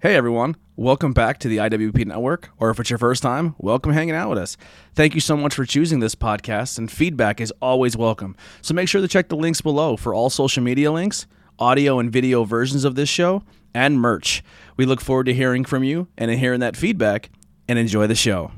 Hey everyone, welcome back to the IWP Network, or if it's your first time, welcome hanging out with us. Thank you so much for choosing this podcast, and feedback is always welcome. So make sure to check the links below for all social media links, audio and video versions of this show, and merch. We look forward to hearing from you and hearing that feedback, and enjoy the show.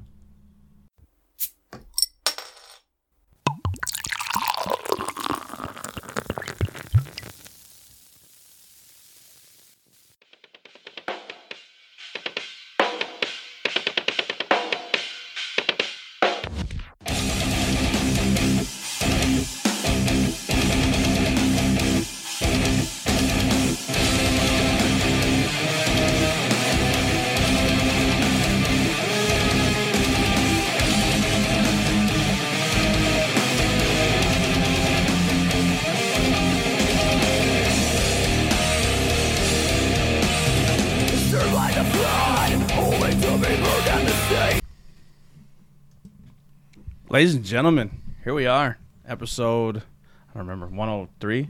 Ladies and gentlemen, here we are, episode, I don't remember, 103,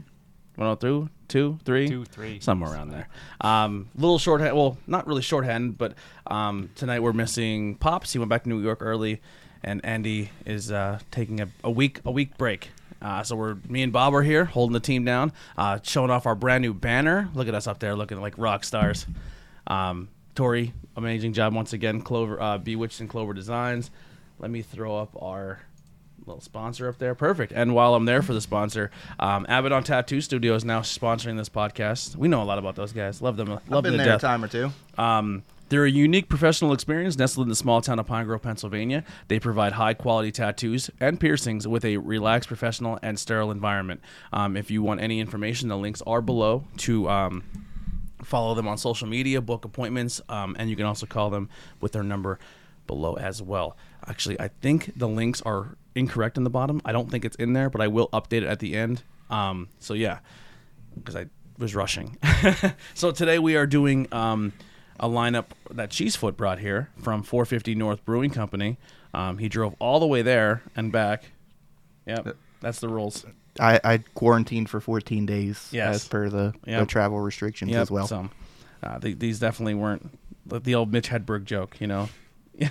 102, 2, 3? Two, three. somewhere around there. Um, little shorthand, well, not really shorthand, but um, tonight we're missing Pops. He went back to New York early, and Andy is uh, taking a, a week a week break. Uh, so we're me and Bob are here holding the team down, uh, showing off our brand new banner. Look at us up there, looking like rock stars. Um, Tori, amazing job once again. Clover, uh, Bewitched and Clover Designs. Let me throw up our little sponsor up there. Perfect. And while I'm there for the sponsor, um, Abaddon Tattoo Studio is now sponsoring this podcast. We know a lot about those guys. Love them. Love I've them been to there death. a time or two. Um, they're a unique professional experience nestled in the small town of Pine Grove, Pennsylvania. They provide high quality tattoos and piercings with a relaxed, professional, and sterile environment. Um, if you want any information, the links are below to um, follow them on social media, book appointments, um, and you can also call them with their number below as well. Actually, I think the links are incorrect in the bottom. I don't think it's in there, but I will update it at the end. Um, so, yeah because I was rushing. so today we are doing um, a lineup that Cheesefoot brought here from 450 North Brewing Company. Um, he drove all the way there and back. Yep, that's the rules. I, I quarantined for 14 days Yes. as per the, the Yep. travel restrictions Yep, as well. So uh, the- these definitely weren't the, the old Mitch Hedberg joke, you know.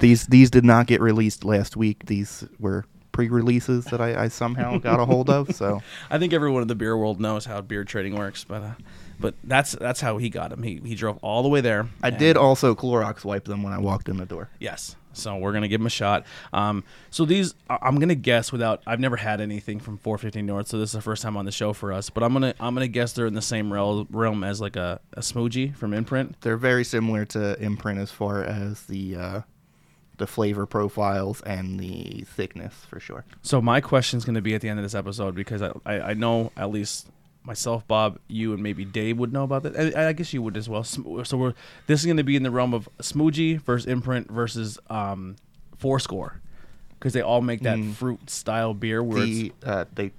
These these did not get released last week. These were pre-releases that I, I somehow got a hold of. So I think everyone in the beer world knows how beer trading works, but uh, but that's that's how he got him. He he drove all the way there. I and- did also Clorox wipe them when I walked in the door. Yes. So we're gonna give them a shot. Um, so these, I- I'm gonna guess without. I've never had anything from 415 North, so this is the first time on the show for us. But I'm gonna, I'm gonna guess they're in the same rel- realm as like a a smoogie from Imprint. They're very similar to imprint as far as the uh, the flavor profiles and the thickness for sure. So my question's gonna be at the end of this episode because I, I, I know at least myself, Bob, you, and maybe Dave would know about that. I, I guess you would as well. Sm- So we're this is gonna be in the realm of smoogie versus Imprint versus um, Fourscore because they all make that fruit style beer where it's The uh, they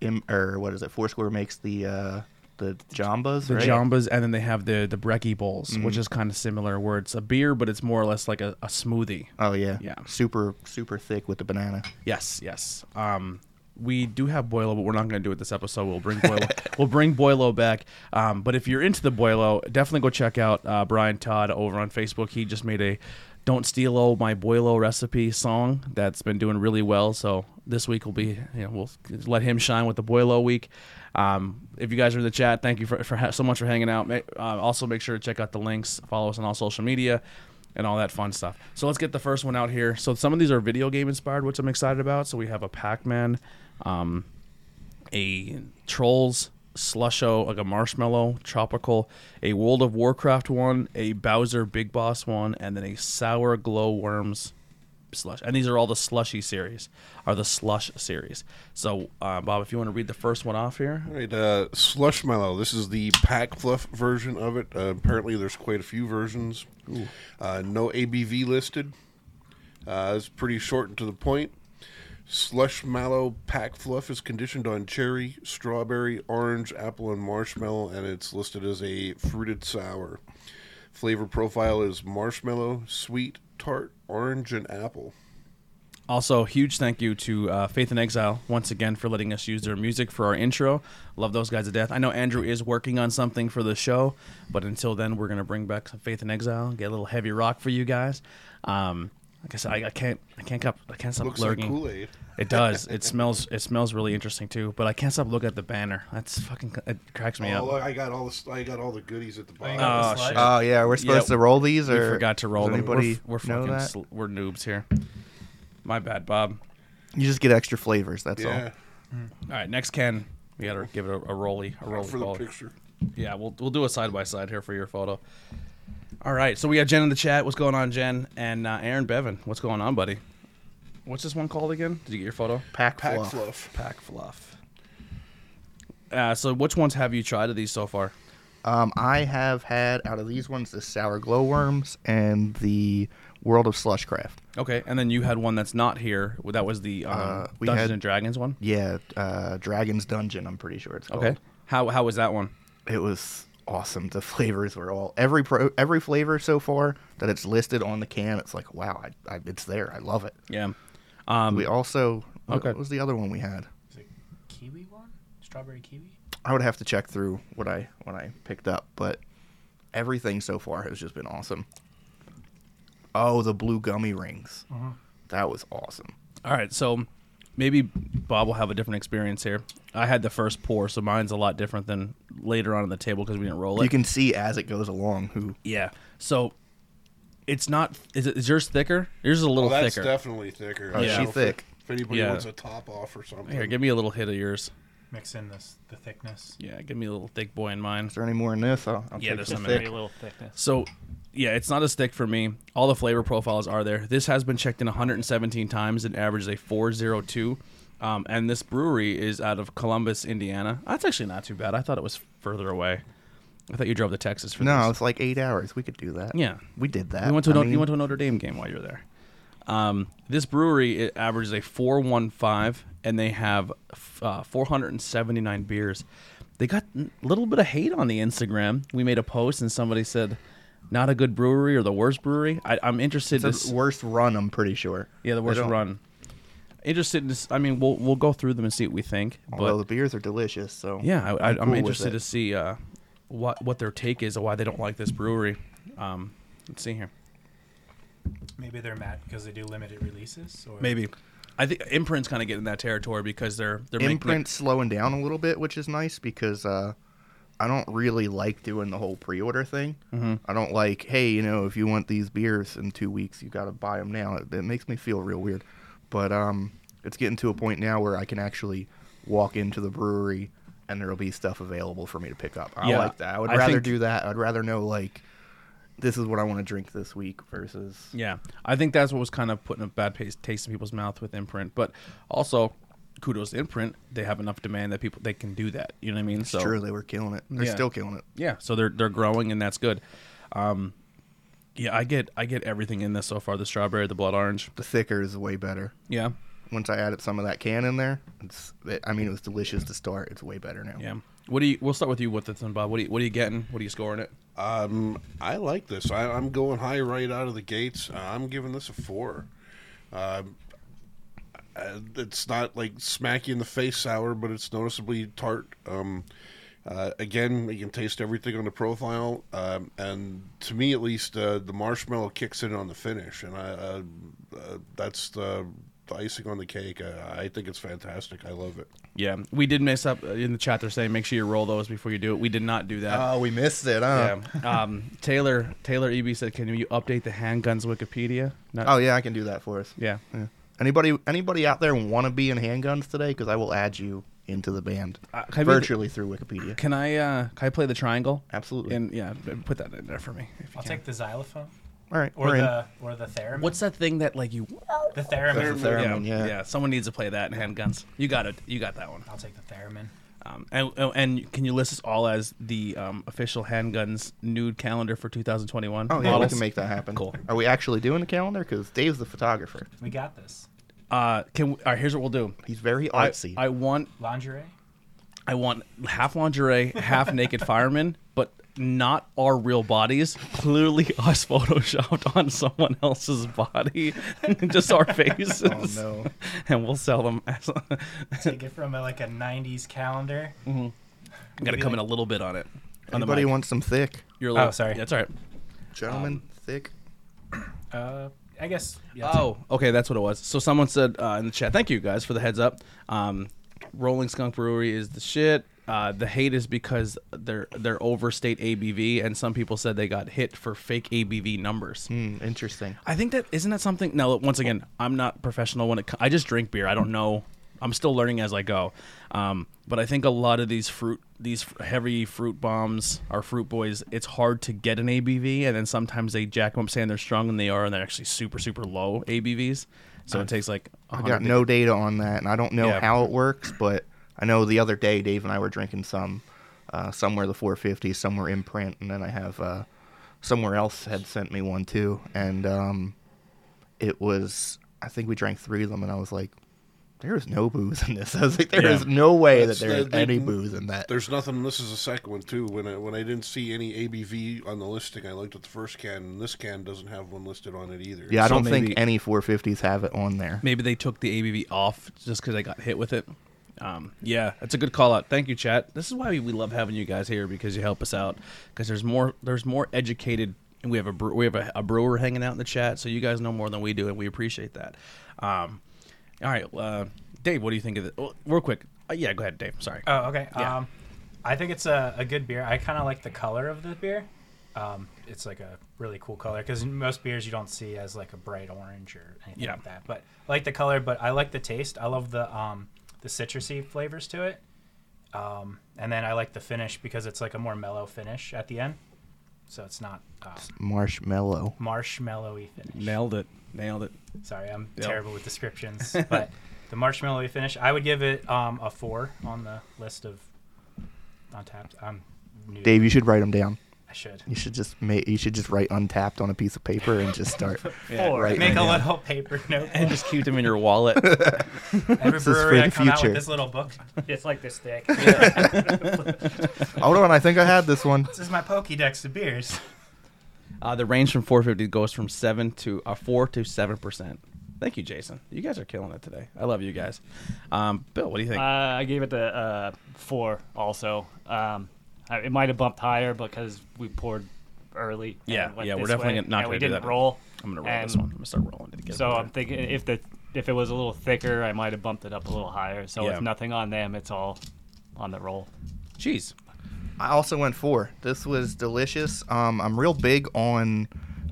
im, or what is it? Foursquare makes the uh, the jambas. the right? jambas and then they have the the brekkie bowls which is kind of similar where it's a beer but it's more or less like a, a smoothie Oh yeah, Yeah. Super super thick with the banana. yes yes um we do have boilo but we're not going to do it this episode we'll bring boilo we'll bring boilo back um, but if you're into the boilo definitely go check out uh, brian todd over on facebook he just made a don't steal oh my boilo recipe song that's been doing really well so this week will be you know we'll let him shine with the boilo week Um, if you guys are in the chat, thank you for, for ha- so much for hanging out. Ma- Uh, also, make sure to check out the links, follow us on all social media, and all that fun stuff. So let's get the first one out here. So some of these are video game inspired, which I'm excited about. So we have a Pac-Man, um, a Trolls Slusho, like a marshmallow tropical, a World of Warcraft one, a Bowser Big Boss one, and then a Sour Glow Worms slush. And these are all the slushy series, are the slush series. So uh, Bob, if you want to read the first one off here, All right, uh, Slushmallow. This is the pack fluff version of it. Uh, apparently, there's quite a few versions. Uh, no ABV listed. Uh, it's pretty short and to the point. Slushmallow pack fluff is conditioned on cherry, strawberry, orange, apple, and marshmallow, and it's listed as a fruited sour. Flavor profile is marshmallow, sweet, tart, orange, and apple. Also, huge thank you to uh, Faith in Exile once again for letting us use their music for our intro. Love those guys to death. I know Andrew is working on something for the show, but until then, we're gonna bring back some Faith in Exile, get a little heavy rock for you guys. Um, like I said, I, I can't, I can't, stop- I can't stop Looks like lurking. Kool Aid. It does. It smells. It smells really interesting too. But I can't stop looking at the banner. That's fucking. It cracks me Oh, up. I got all the I got all the goodies at the bottom. Oh, shit. Oh yeah, we're supposed Yeah, to roll these, we or forgot to roll does them. Anybody we're, f- we're know fucking. that? Sl- we're noobs here. My bad, Bob. you just get extra flavors. That's yeah, All right, next Ken. We gotta give it a, a rolly, a rolly for the ball. picture. Yeah, we'll we'll do a side by side here for your photo. All right, so we got Jen in the chat. What's going on, Jen? And uh, Aaron Bevan. What's going on, buddy? What's this one called again? Did you get your photo? all. Pack, Pack fluff. fluff. Pack fluff. Uh, so which ones have you tried of these so far? Um, I have had out of these ones the sour glowworms and the world of slushcraft. Okay, and then you had one that's not here. Well, That was the um, Uh, we Dungeons had- and Dragons one. Yeah, uh, Dragon's Dungeon. I'm pretty sure it's called. Okay, how how was that one? it was awesome. The flavors were all every pro, every flavor so far that it's listed on the can. It's like wow, I, I, it's there. I love it. Yeah, um, We also Okay. what was the other one we had? Is it kiwi one? Strawberry kiwi? I would have to check through what I what I picked up, but everything so far has just been awesome. Oh, the blue gummy rings. Uh-huh. That was awesome. All right, so maybe Bob will have a different experience here. I had the first pour, so mine's a lot different than later on in the table because we didn't roll it. You can see as it goes along who yeah, so it's not. Is, it, is yours thicker? Yours is a little Well, Oh, that's thicker. definitely thicker. Oh, I she's don't know if- thick. If anybody Yeah. wants a top off or something, here, give me a little hit of yours. Mix in this the thickness. Yeah, give me a little thick boy in mine. is there any more in this? I'll, I'll Yeah, take there's the some in thick. there. little thickness. So, yeah, it's not as thick for me. All the flavor profiles are there. This has been checked in 117 times and averages a 402. Um, and this brewery is out of Columbus, Indiana. That's actually not too bad. I thought it was further away. I thought you drove to Texas for No, this. it's like eight hours. We could do that. Yeah. we did that. You went to I a, Notre- mean, you went to a Notre Dame game while you were there. Um, this brewery it averages a 415, and they have f- uh, 479 beers. They got a little bit of hate on the Instagram. We made a post, and somebody said, "Not a good brewery or the worst brewery." I, I'm interested. It's the To, worst run, I'm pretty sure. yeah, the They worst don't- run. Interested in this? I mean, we'll we'll go through them and see what we think. But Although the beers are delicious, so yeah, I, I, I'm cool with interested it. to see uh, what what their take is and why they don't like this brewery. Um, let's see here. Maybe they're mad because they do limited releases. Or Maybe. I think imprints kind of get in that territory because they're they're imprint slowing down a little bit, which is nice because uh, I don't really like doing the whole pre-order thing. Mm-hmm. I don't like, hey, you know, if you want these beers in two weeks, you got to buy them now. It, it makes me feel real weird, but um, it's getting to a point now where I can actually walk into the brewery and there'll be stuff available for me to pick up. I Yeah, like that. I would I rather think- do that. I'd rather know like this is what I want to drink this week versus making. Yeah, I think that's what was kind of putting a bad pas- taste in people's mouth with imprint, but also kudos to imprint. They have enough demand that people they can do that. You know what I mean? so Sure, they were killing it. They're Yeah. still killing it. yeah, so they're they're growing and that's good. Um, yeah, I get I get everything in this so far: the strawberry, the blood orange. The thicker is way better. Yeah, Once I added some of that can in there, it's. It, I mean, it was delicious to start. It's way better now. yeah. What do you? We'll start with you with this one, Bob. What are you, what are you getting? What are you scoring it? Um, I like this. I, I'm going high right out of the gates. Uh, I'm giving this a four. Um, uh, it's not like smack you in the face sour, but it's noticeably tart. Um, uh, again, you can taste everything on the profile, um, and to me at least, uh, the marshmallow kicks in on the finish, and I, uh, uh, that's the, the icing on the cake. I, I think it's fantastic. I love it. Yeah, we did mess up uh, in the chat. They're saying make sure you roll those before you do it. We did not do that. Oh, we missed it, huh? Yeah. Um, Taylor Taylor Eb said, "Can you update the handguns Wikipedia?" Not, Oh yeah, I can do that for us. yeah. Yeah. Anybody, anybody out there want to be in handguns today? Because I will add you into the band Uh, can we- virtually through Wikipedia. Can I uh, can I play the triangle? Absolutely. And yeah, b- put that in there for me. If you I'll can. take the xylophone All right, or we're in. the or the theremin. What's that thing that like you? the theremin? That's the theremin. yeah. yeah. Someone needs to play that in handguns. You got it. You got that one. I'll take the theremin. Um, and oh, and can you list us all as the um, official handguns nude calendar for 2021? Oh yeah, we models? can make that happen. Cool. Are we actually doing the calendar? Because Dave's the photographer. We got this. Uh, can we, all right. Here's what we'll do. He's very I, artsy. I want Lingerie. I want half lingerie, half naked firemen, but not our real bodies, clearly us photoshopped on someone else's body, just our faces. Oh no. And we'll sell them. As, Take it from uh, like a '90s calendar. Mm-hmm. gotta come in a little bit on it. On the Anybody mic. wants some thick? Um, You're a Oh, little, sorry. That's all right. Gentlemen, thick. Uh, I guess. Yeah, Oh, okay, that's what it was. So someone said uh, in the chat, "Thank you guys for the heads up." Um, Rolling Skunk Brewery is the shit. Uh, the hate is because they're they're overstate ABV, and some people said they got hit for fake ABV numbers. Hmm, interesting. I think that isn't that something. Now, look, once again, I'm not professional when it. co- I just drink beer. I don't know. I'm still learning as I go. Um, but I think a lot of these fruit, these f- heavy fruit bombs, are fruit boys. It's hard to get an ABV, and then sometimes they jack them up saying they're strong, and they are, and they're actually super, super low ABVs. So it takes like a I hundred got di- no data on that, and I don't know Yeah. how it works, but I know the other day Dave and I were drinking some, uh, somewhere the 450, somewhere imprint, and then I have uh, somewhere else had sent me one too, and um, it was I think we drank three of them, and I was like, "There is no booze in this." I was like, "There is Yeah. no way That's that there is the- they- any booze in that." There's nothing. This is the second one too. When I when I didn't see any ABV on the listing, I looked at the first can, and this can doesn't have one listed on it either. Yeah, I So don't maybe- think any 450s have it on there. Maybe they took the ABV off just because I got hit with it. Um, yeah, that's a good call out. Thank you, chat. This is why we, we love having you guys here because you help us out. Because there's more there's more educated, and we have a bre- we have a, a brewer hanging out in the chat, so you guys know more than we do, and we appreciate that. Um, all right, uh, Dave, what do you think of it? Well, real quick, uh, yeah, go ahead, Dave. Sorry. Oh, okay. Yeah. Um, I think it's a, a good beer. I kind of like the color of the beer. Um, it's like a really cool color because most beers you don't see as like a bright orange or anything Yeah. like that. But I like the color, but I like the taste. I love the um, the citrusy flavors to it. Um, and then I like the finish because it's like a more mellow finish at the end. So it's not uh, Marshmallow. marshmallowy finish. Nailed it. Nailed it. Sorry, I'm Yep. terrible with descriptions, but the marshmallowy finish, I would give it um, a four on the list of untapped. I'm new. Dave, you should write them down. I should. You should just make. You should just write untapped on a piece of paper and just start. Four. right, Make right, a yeah. little paper note. And just keep them in your wallet. Every is brewery for I the come out with future. this little book. It's like this thick. Hold on, I think I had this one. This is my Pokédex of beers. Uh, the range from 450 goes from seven to uh, four to seven percent. Thank you, Jason. You guys are killing it today. I love you guys. Um, Bill, what do you think? Uh, I gave it the uh, four also. Um, I, it might have bumped higher because we poured early. and Yeah, it went yeah, we're this definitely not way, and gonna we do didn't that. roll. I'm gonna roll this and one. I'm gonna start rolling it together. um, So um, I'm thinking if the if it was a little thicker, I might have bumped it up a little higher. So Yeah. it's nothing on them. It's all on the roll. Jeez. I also went four. This was delicious. Um, I'm real big on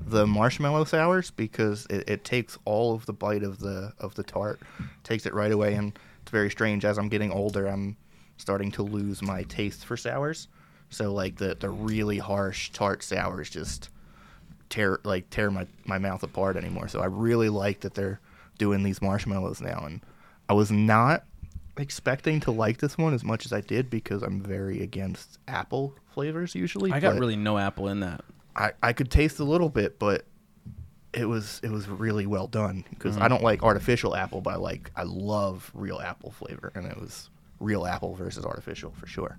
the marshmallow sours because it, it takes all of the bite of the of the tart, takes it right away, and it's very strange. As I'm getting older, I'm starting to lose my taste for sours. So like the the really harsh tart sours just tear like tear my, my mouth apart anymore. So I really like that they're doing these marshmallows now and I was not expecting to like this one as much as I did because I'm very against apple flavors usually. I got but really no apple in that. I, I could taste a little bit but it was it was really well done because Mm-hmm. I don't like artificial apple but I like I love real apple flavor and it was real apple versus artificial for sure.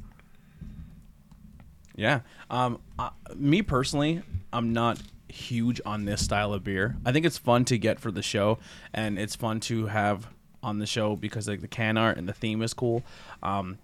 Yeah. Um, I, me personally, I'm not huge on this style of beer. I think it's fun to get for the show, and it's fun to have on the show because like the can art and the theme is cool. Um,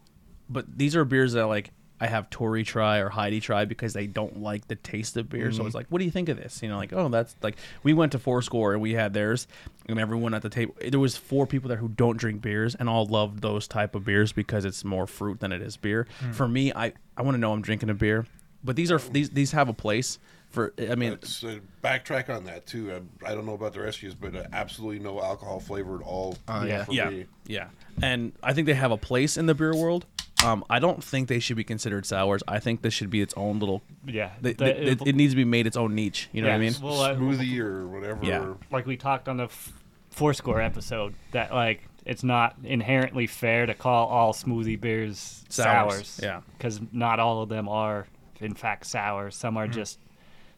but these are beers that like I have Tori try or Heidi try because they don't like the taste of beer. So it's like, what do you think of this? You know, like, oh, that's like we went to Fourscore and we had theirs, and everyone at the table there was four people there who don't drink beers and all loved those type of beers because it's more fruit than it is beer. For me, I I want to know I'm drinking a beer, but these are these these have a place for. I mean, Let's uh, backtrack on that too. I, I don't know about the rest of you, but uh, absolutely no alcohol flavor at all. Uh, yeah. for yeah, me. yeah, and I think they have a place in the beer world. Um, I don't think they should be considered sours. I think this should be its own little. Yeah, They, the- they- it, it needs to be made its own niche. You know what I Yeah. mean? Well, uh, smoothie or whatever. Yeah. like we talked on the f- four score episode that like it's not inherently fair to call all smoothie beers Sours, sours, yeah. because not all of them are in fact sour some are just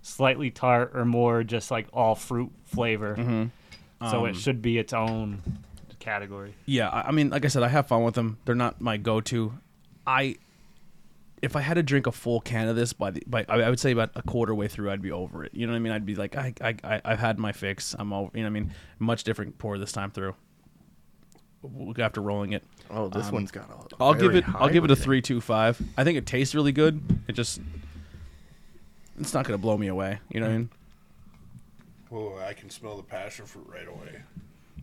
slightly tart or more just like all fruit flavor so it should be its own category Yeah, I I mean, like I said, I have fun with them. They're not my go-to. I if I had to drink a full can of this by the by, I I would say about a quarter way through, I'd be over it. You know what I mean? I'd be like, I I I- I've had my fix. I'm over. You know what I mean? Much different pour this time through. W- After rolling it, Oh, this one's got a. Um, I'll give very it. I'll high give it a rating. three two five. I think it tastes really good. It just, it's not gonna blow me away. You know what I mean? Oh, I can smell the passion fruit right away.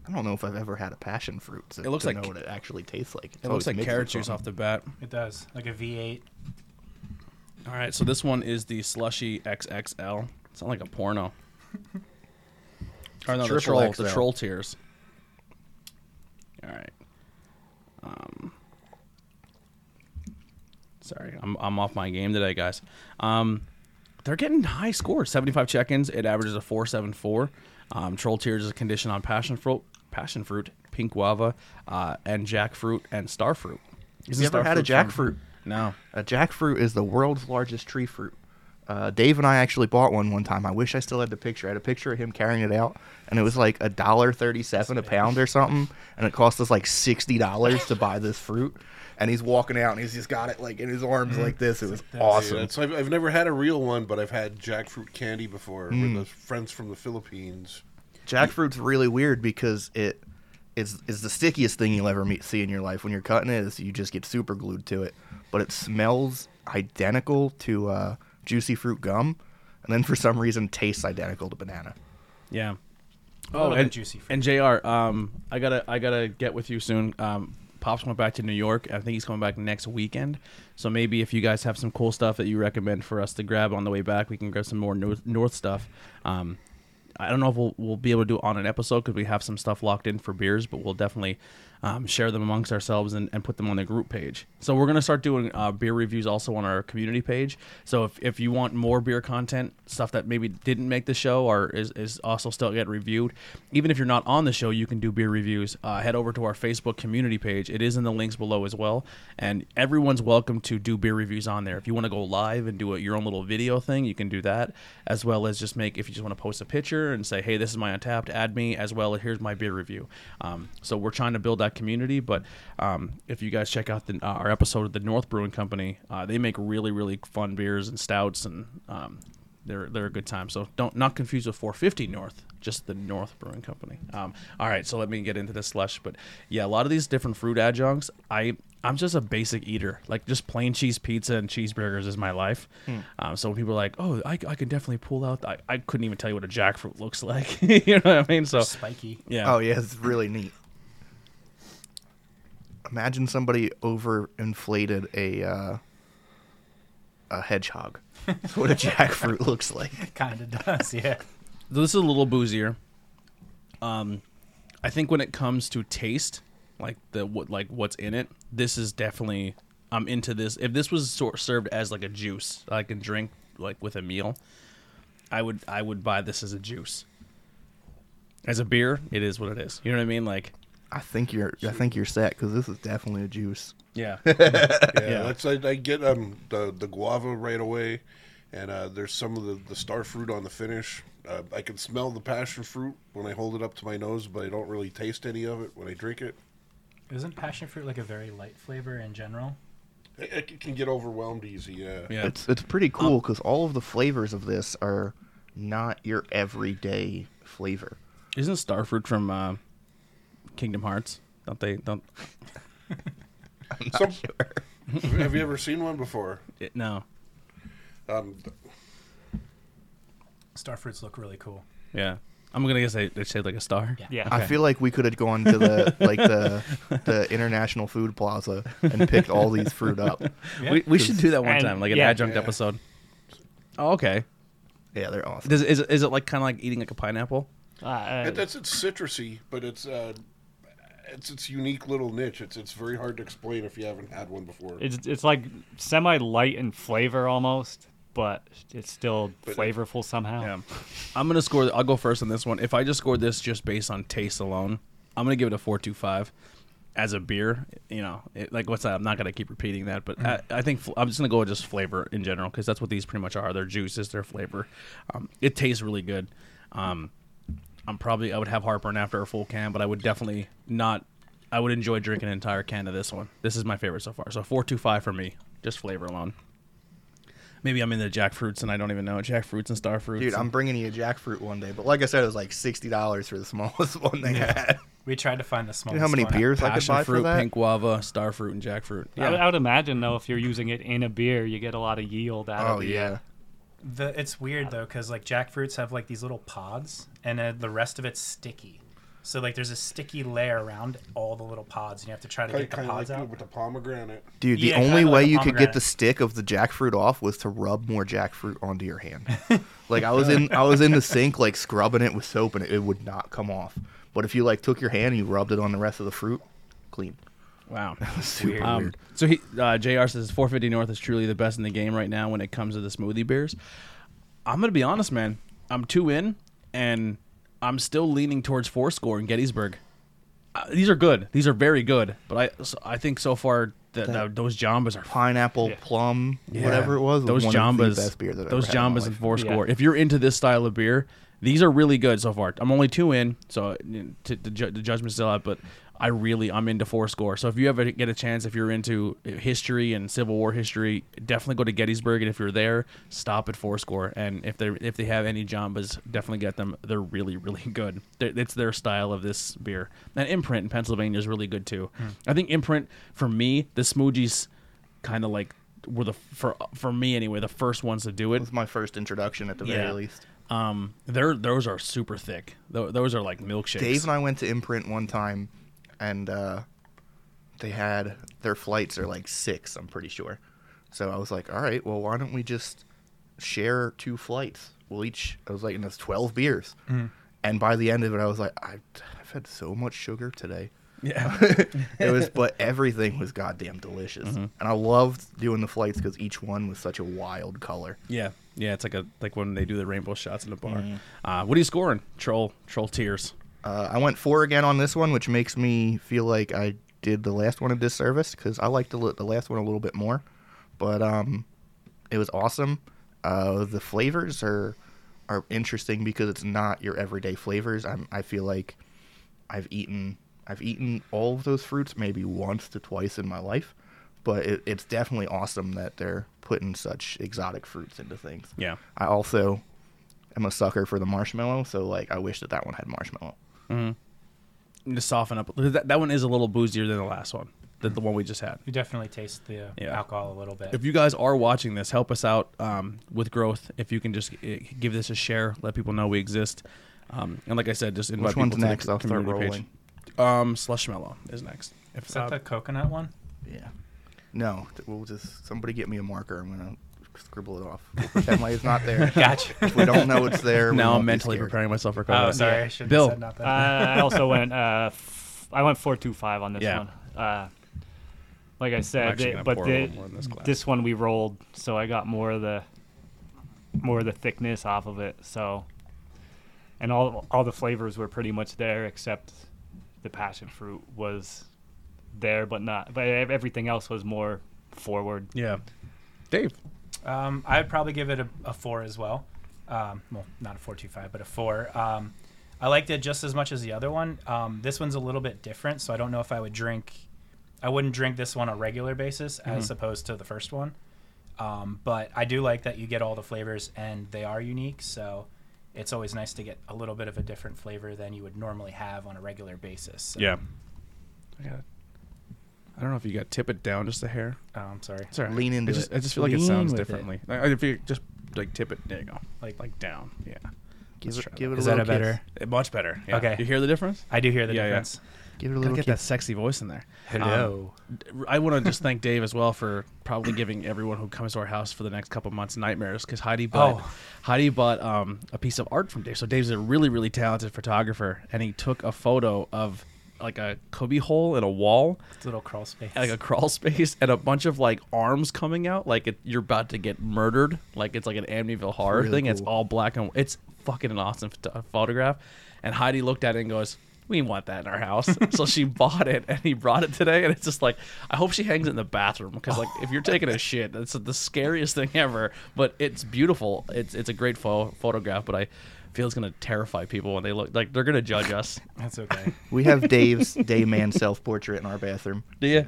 I don't know if I've ever had a passion fruit. To, It looks to like- know what it actually tastes like. It's It looks always like mixed carrot with juice something. off the bat. It does. Like a V8. All right, so this one is the slushy XXL. It's not like a porno. or no, the Triple troll, the XL. troll tears. All right. Um, sorry, I'm I'm off my game today, guys. Um, they're getting high scores. 75 check-ins. It averages a 474. Um, troll tears is a condition on passion fruit, passion fruit, pink guava, uh, and jackfruit and starfruit. Isn't ever had a starfruit jackfruit? from- No. A jackfruit is the world's largest tree fruit. Uh, Dave and I actually bought one one time. I wish I still had the picture. I had a picture of him carrying it out, and it was like a dollar thirty-seven a pound or something, and it cost us like sixty dollars to buy this fruit. And he's walking out, and he's just got it like in his arms like this. It was Yeah, awesome. that's, I've, I've never had a real one, but I've had jackfruit candy before Mm. with those friends from the Philippines. Jackfruit's really weird because it is is the stickiest thing you'll ever meet, see in your life. When you're cutting it, is you just get super glued to it. But it smells identical to uh, juicy fruit gum, and then for some reason tastes identical to banana. Yeah. little bit Oh, and, juicy fruit. and Jr. Um, I gotta I gotta get with you soon. Um, Pops went back to New York. I think he's coming back next weekend. So maybe if you guys have some cool stuff that you recommend for us to grab on the way back, we can grab some more North, North stuff. Um, I don't know if we'll, we'll be able to do it on an episode because we have some stuff locked in for beers, but we'll definitely um, share them amongst ourselves and, and put them on the group page. So we're going to start doing uh, beer reviews also on our community page. So if, if you want more beer content, stuff that maybe didn't make the show or is, is also still get reviewed, even if you're not on the show, you can do beer reviews. Uh, head over to our Facebook community page. It is in the links below as well. And everyone's welcome to do beer reviews on there. If you want to go live and do a, your own little video thing, you can do that, as well as just make if you just want to post a picture and say, "Hey, this is my Untapped," add me as well. Here's my beer review. Um, so we're trying to build that community. But um, if you guys check out the, uh, our episode of the North Brewing Company, uh, they make really really fun beers and stouts, and um, they're they're a good time. So don't not confuse with 450 North, just the North Brewing Company. Um, all right, so let me get into this slush. But yeah, a lot of these different fruit adjuncts. I I'm just a basic eater. Like just plain cheese pizza and cheeseburgers is my life. Um, so when people are like, oh, I, I can definitely pull out. I, I couldn't even tell you what a jackfruit looks like. you know what I mean? So Spiky. yeah. Oh yeah, it's really neat. Imagine somebody overinflated a uh, a hedgehog. That's what a jackfruit looks like. Kind of does, yeah. this is a little boozier. Um, I think when it comes to taste, like the what like what's in it, this is definitely I'm into this. If this was sort served as like a juice, I can drink like with a meal, I would I would buy this as a juice. As a beer, it is what it is. You know what I mean? Like I think you're I think you're set because this is definitely a juice. yeah, Yeah, Yeah. that's I, I get um the the guava right away, and uh, there's some of the the star fruit on the finish. Uh, I can smell the passion fruit when I hold it up to my nose, but I don't really taste any of it when I drink it. Isn't passion fruit like a very light flavor in general? It, it can get overwhelmed easy. Yeah. yeah. It's it's pretty cool because all of the flavors of this are not your everyday flavor. Isn't starfruit from uh, Kingdom Hearts? Don't they don't Some- have you ever seen one before? it, no? Um, Starfruits look really cool. Yeah, I'm gonna guess they they shaped like a star. Yeah. Yeah. I feel like we could have gone to the like the the international food plaza and picked all these fruit up. We, we should do that one And- time, like an yeah. adjunct Yeah. episode. Oh, okay. Yeah, they're awesome. Does, is, it- is it like kind of like eating like a pineapple? Uh, It, that's it's citrusy, but it's uh, it's its unique little niche. It's it's very hard to explain if you haven't had one before. it's it's like semi light in flavor almost, but it's still flavorful somehow. I'm gonna score. I'll go first on this one. If I just scored this just based on taste alone, I'm gonna give it a four two five. As a beer, you know, it, like what's that? I'm not gonna keep repeating that, but I, I think fl- I'm just gonna go with just flavor in general because that's what these pretty much are. Their juice is their flavor. Um, it tastes really good. Um, I'm probably I would have heartburn after a full can, but I would definitely not. I would enjoy drinking an entire can of this one. This is my favorite so far. So four two five for me, just flavor alone. Maybe I'm in the jackfruits and I don't even know it. jackfruits and starfruits. Dude, I'm and- bringing you a jackfruit one day, but like I said, it was like sixty dollars for the smallest one they had. We tried to find the smallest. You know how many one. beers I could passion buy fruit, for that? pink guava, starfruit, and jackfruit. I, would, I would imagine though, if you're using it in a beer, you get a lot of yield out Oh of it. yeah, The, it's weird though, because like jackfruits have like these little pods, and uh, the rest of it's sticky. So like there's a sticky layer around all the little pods, and you have to try to get the Kind of like pods you out. with the pomegranate. dude. The Yeah, kinda only like way a you could get pomegranate. the stick of the jackfruit off was to rub more jackfruit onto your hand. like I was in, I was in the sink like scrubbing it with soap, and it, it would not come off. But if you like took your hand and you rubbed it on the rest of the fruit, clean. Wow. Super weird. Um, so he uh, Jr. says 450 North is truly the best in the game right now when it comes to the smoothie beers. I'm gonna be honest, man. I'm two in, and I'm still leaning towards Fourscore and Gettysburg. Uh, these are good. These are very good. But I so I think so far that, that those Jambas are Pineapple, plum, whatever it was. was those one Jambas, of the best beers I've those ever had in my Jambas and life. Fourscore. Yeah. If you're into this style of beer, these are really good so far. I'm only two in, so uh, to, the, ju- the judgment's still out. But I really I'm into Fourscore. So if you ever get a chance, if you're into history and Civil War history, definitely go to Gettysburg. And if you're there, stop at Fourscore. And if they if they have any Jambas, definitely get them. They're really really good. they it's their style of this beer. And Imprint in Pennsylvania is really good too. I think Imprint for me, the Smoogies kind of like were the for for me anyway the first ones to do it. was my first introduction at the very Yeah. least. Um, they're those are super thick. Tho- Those are like milkshakes. Dave and I went to Imprint one time, and uh, they had their flights are like six, I'm pretty sure. So I was like, all right, well, why don't we just share two flights? We'll each. I was like, and it's twelve beers. And by the end of it, I was like, I, I've had so much sugar today. yeah, It was, but everything was goddamn delicious, and I loved doing the flights because each one was such a wild color. yeah, yeah. It's like a like when they do the rainbow shots in the bar. Uh, what are you scoring? Troll, troll tears. Uh, I went four again on this one, which makes me feel like I did the last one a disservice because I liked the, li- the last one a little bit more. But um, it was awesome. Uh, the flavors are are interesting because it's not your everyday flavors. I'm, I feel like I've eaten I've eaten all of those fruits maybe once to twice in my life, but it, it's definitely awesome that they're putting such exotic fruits into things. Yeah. I also am a sucker for the marshmallow, so like I wish that that one had marshmallow. And to soften up, that, that one is a little boozier than the last one, than the one we just had. You definitely taste the uh, Yeah. alcohol a little bit. If you guys are watching this, help us out um, with growth. If you can just eh, give this a share, let people know we exist. Um, and like I said, just invite Which one's people to next? the I'll c- start community page. Um, Slushmallow is next. If Is that uh, the coconut one? Yeah. No, th- we'll just somebody get me a marker. I'm gonna scribble it off. We'll pretend like it's not there. Gotcha. If we don't know it's there. we now won't I'm be mentally scared. preparing myself for. Oh, COVID. sorry, I should Bill. have said not that. Uh, I also went. Uh, f- I went four two five on this Yeah. one. Uh, like I I'm said, actually the- gonna but pour a the, little more in this glass. this one we rolled, so I got more of the more of the thickness off of it. So, and all all the flavors were pretty much there except the passion fruit was there, but not. But ev- everything else was more forward. Yeah, Dave. Um, I'd probably give it a, a four as well. Um, well, not a four two five, but a four. Um, I liked it just as much as the other one. Um, this one's a little bit different, so I don't know if I would drink. I wouldn't drink this one on a regular basis Mm-hmm. as opposed to the first one. Um, but I do like that you get all the flavors and they are unique. So it's always nice to get a little bit of a different flavor than you would normally have on a regular basis. So, Yeah. I got. I don't know if you got tip it down just a hair. Oh, I'm sorry. Sorry, Lean into I just, it. I just feel like it Lean sounds with it. differently. Like, if you just like tip it, there you go. Like Like- like down. Yeah. Give Let's it, try give that. it a Is that little a better? Eh, Much better. yeah. Okay. You hear the difference? I do hear the Yeah, yeah. difference. kiss. Give it a Gotta little get kiss. that sexy voice in there. Um, Hello. I want to just thank Dave as well for probably giving everyone who comes to our house for the next couple months nightmares because Heidi bought Oh. Heidi bought um, a piece of art from Dave. So Dave's a really really talented photographer, and he took a photo of like a cubbyhole in a wall, It's a little crawl space. like a crawl space, and a bunch of like arms coming out, like it, you're about to get murdered. Like it's like an Amityville horror really thing. It's cool. all black and it's fucking an awesome photo- photograph. And Heidi looked at it and goes. We want that in our house, so she bought it, and he brought it today, and it's just like I hope she hangs it in the bathroom because like if you're taking a shit, that's the scariest thing ever. But it's beautiful. It's it's a great pho- photograph. But I Field's gonna terrify people when they look like they're gonna judge us. That's okay. We have Dave's day man self portrait in our bathroom. Do you?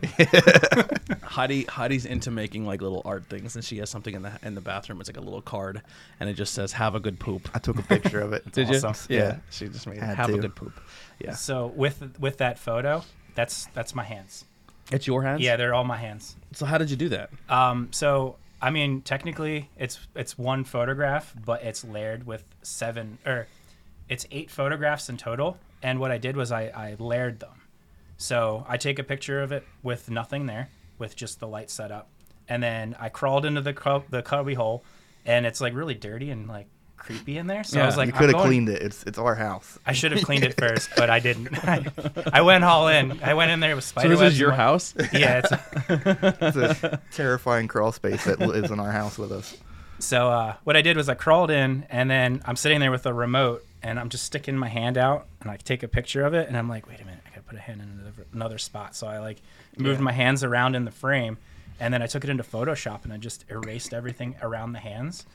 Heidi Heidi's into making like little art things, and she has something in the in the bathroom. It's like a little card, and it just says "Have a good poop." I took a picture of it. Did awesome. you? Yeah. Yeah. she just made it. Had "Have a to. good poop." Yeah, So with with that photo, that's that's my hands. it's your hands. Yeah, they're all my hands. So how did you do that? Um, so I mean, technically, it's it's one photograph, but it's layered with seven or it's eight photographs in total. And what I did was I, I layered them. So I take a picture of it with nothing there, with just the light set up, and then I crawled into the cub, the cubby hole, and it's like really dirty and like creepy in there. So I was Yeah. like, You could I'm have going- cleaned it. It's it's our house. I should have cleaned it first, but I didn't. I, went all in. I went in there with So spider this is webs and your what- house. Yeah. It's, It's a terrifying crawl space that lives in our house with us. So uh, what I did was I crawled in, and then I'm sitting there with a remote, and I'm just sticking my hand out, and I take a picture of it, and I'm like, wait a minute, I gotta put a hand in another, another spot. So I like moved my hands around in the frame, and then I took it into Photoshop, and I just erased everything around the hands,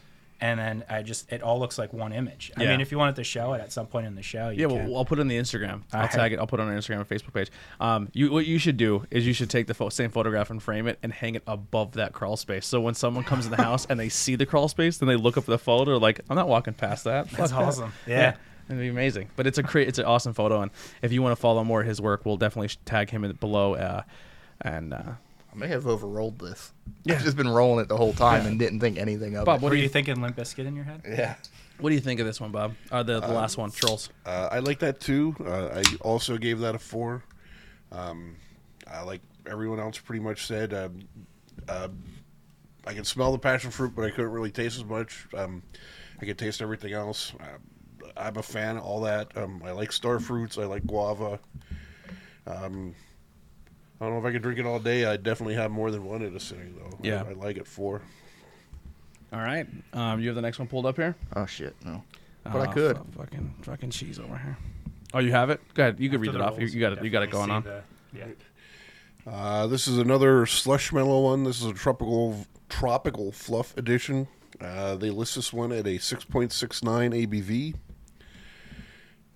and then I just it all looks like one image. I Yeah. mean, if you wanted to show it at some point in the show, you Yeah, can. well, I'll put it on the Instagram. I'll Alright. tag it. I'll put it on our Instagram and Facebook page. Um, you what you should do is you should take the pho- same photograph and frame it and hang it above that crawl space. So when someone comes in the house and they see the crawl space, then they look up at the photo. They're like, I'm not walking past that. Fuck That's that." awesome. Yeah. It'd be amazing, but it's a cre- it's an awesome photo, and if you want to follow more of his work, we'll definitely sh- tag him in below. Uh, and uh, I may have overrolled this. I've just been rolling it the whole time and didn't think anything of Bob, it. what do Were you you thinking Limp Biscuit in your head? Yeah. what do you think of this one, Bob? Uh, the, the last one, trolls. Uh, I like that too. Uh, I also gave that a four. Um, I like everyone else pretty much said. Um, uh, I could smell the passion fruit, but I couldn't really taste as much. Um, I could taste everything else. Um, I'm a fan of all that. Um, I like star fruits. I like guava. Um, I don't know if I could drink it all day. I definitely have more than one in a sitting though. Yeah. I, I like it four. All right, um, you have the next one pulled up here. Oh shit, no. But I Oh, could. fu- Fucking fucking cheese over here. Oh, you have it? Go ahead. You can read it off. You, you got it. You got it going on. Yeah. Uh, this is another slush mellow one. This is a tropical tropical fluff edition. Uh, they list this one at a 6.69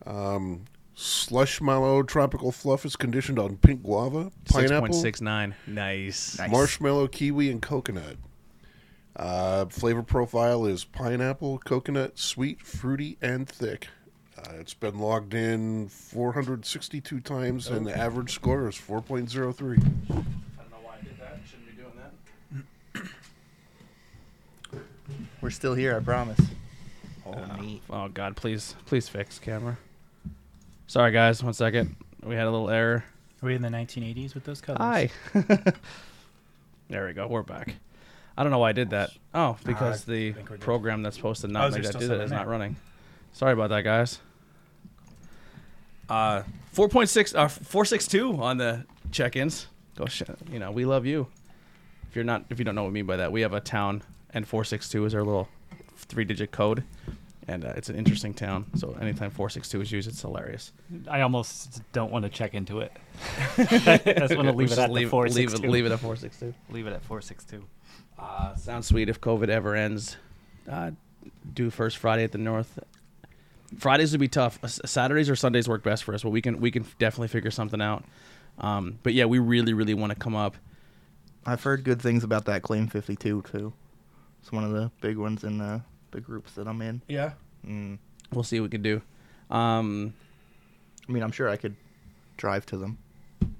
ABV. Um, slush mellow tropical fluff is conditioned on pink guava, Six pineapple, point six nine. Nice. marshmallow, kiwi, and coconut. Uh, flavor profile is pineapple, coconut, sweet, fruity, and thick. Uh, it's been logged in 462 times, and the average score is 4.03. I don't know why I did that. Shouldn't be doing that. We're still here, I promise. Oh neat. Oh God, please, please fix camera. Sorry guys, one second. We had a little error. Are we in the 1980s with those colors? there we go. We're back. I don't know why I did that. Oh, because I the think we're good. program that's supposed to Oh, not is make there that still do that something is there? not running. Sorry about that, guys. Uh, four point six, uh, four six two on the check-ins. Go, sh- you know, we love you. If you're not, if you don't know what I mean by that, we have a town, and four six two is our little three-digit code, and uh, it's an interesting town. So anytime four six two is used, it's hilarious. I almost don't want to check into it. I just want to leave it Just at leave, the four leave six it, two. leave it at four six two. Leave it at four six two. Uh, sounds sweet if COVID ever ends. Uh, do first Friday at the North. Fridays would be tough. S- Saturdays or Sundays work best for us, but we can we can definitely figure something out. Um, but yeah, we really really want to come up. I've heard good things about that claim fifty two too. It's one of the big ones in the the groups that I'm in. Yeah, Mm. we'll see what we can do. Um, I mean I'm sure I could drive to them.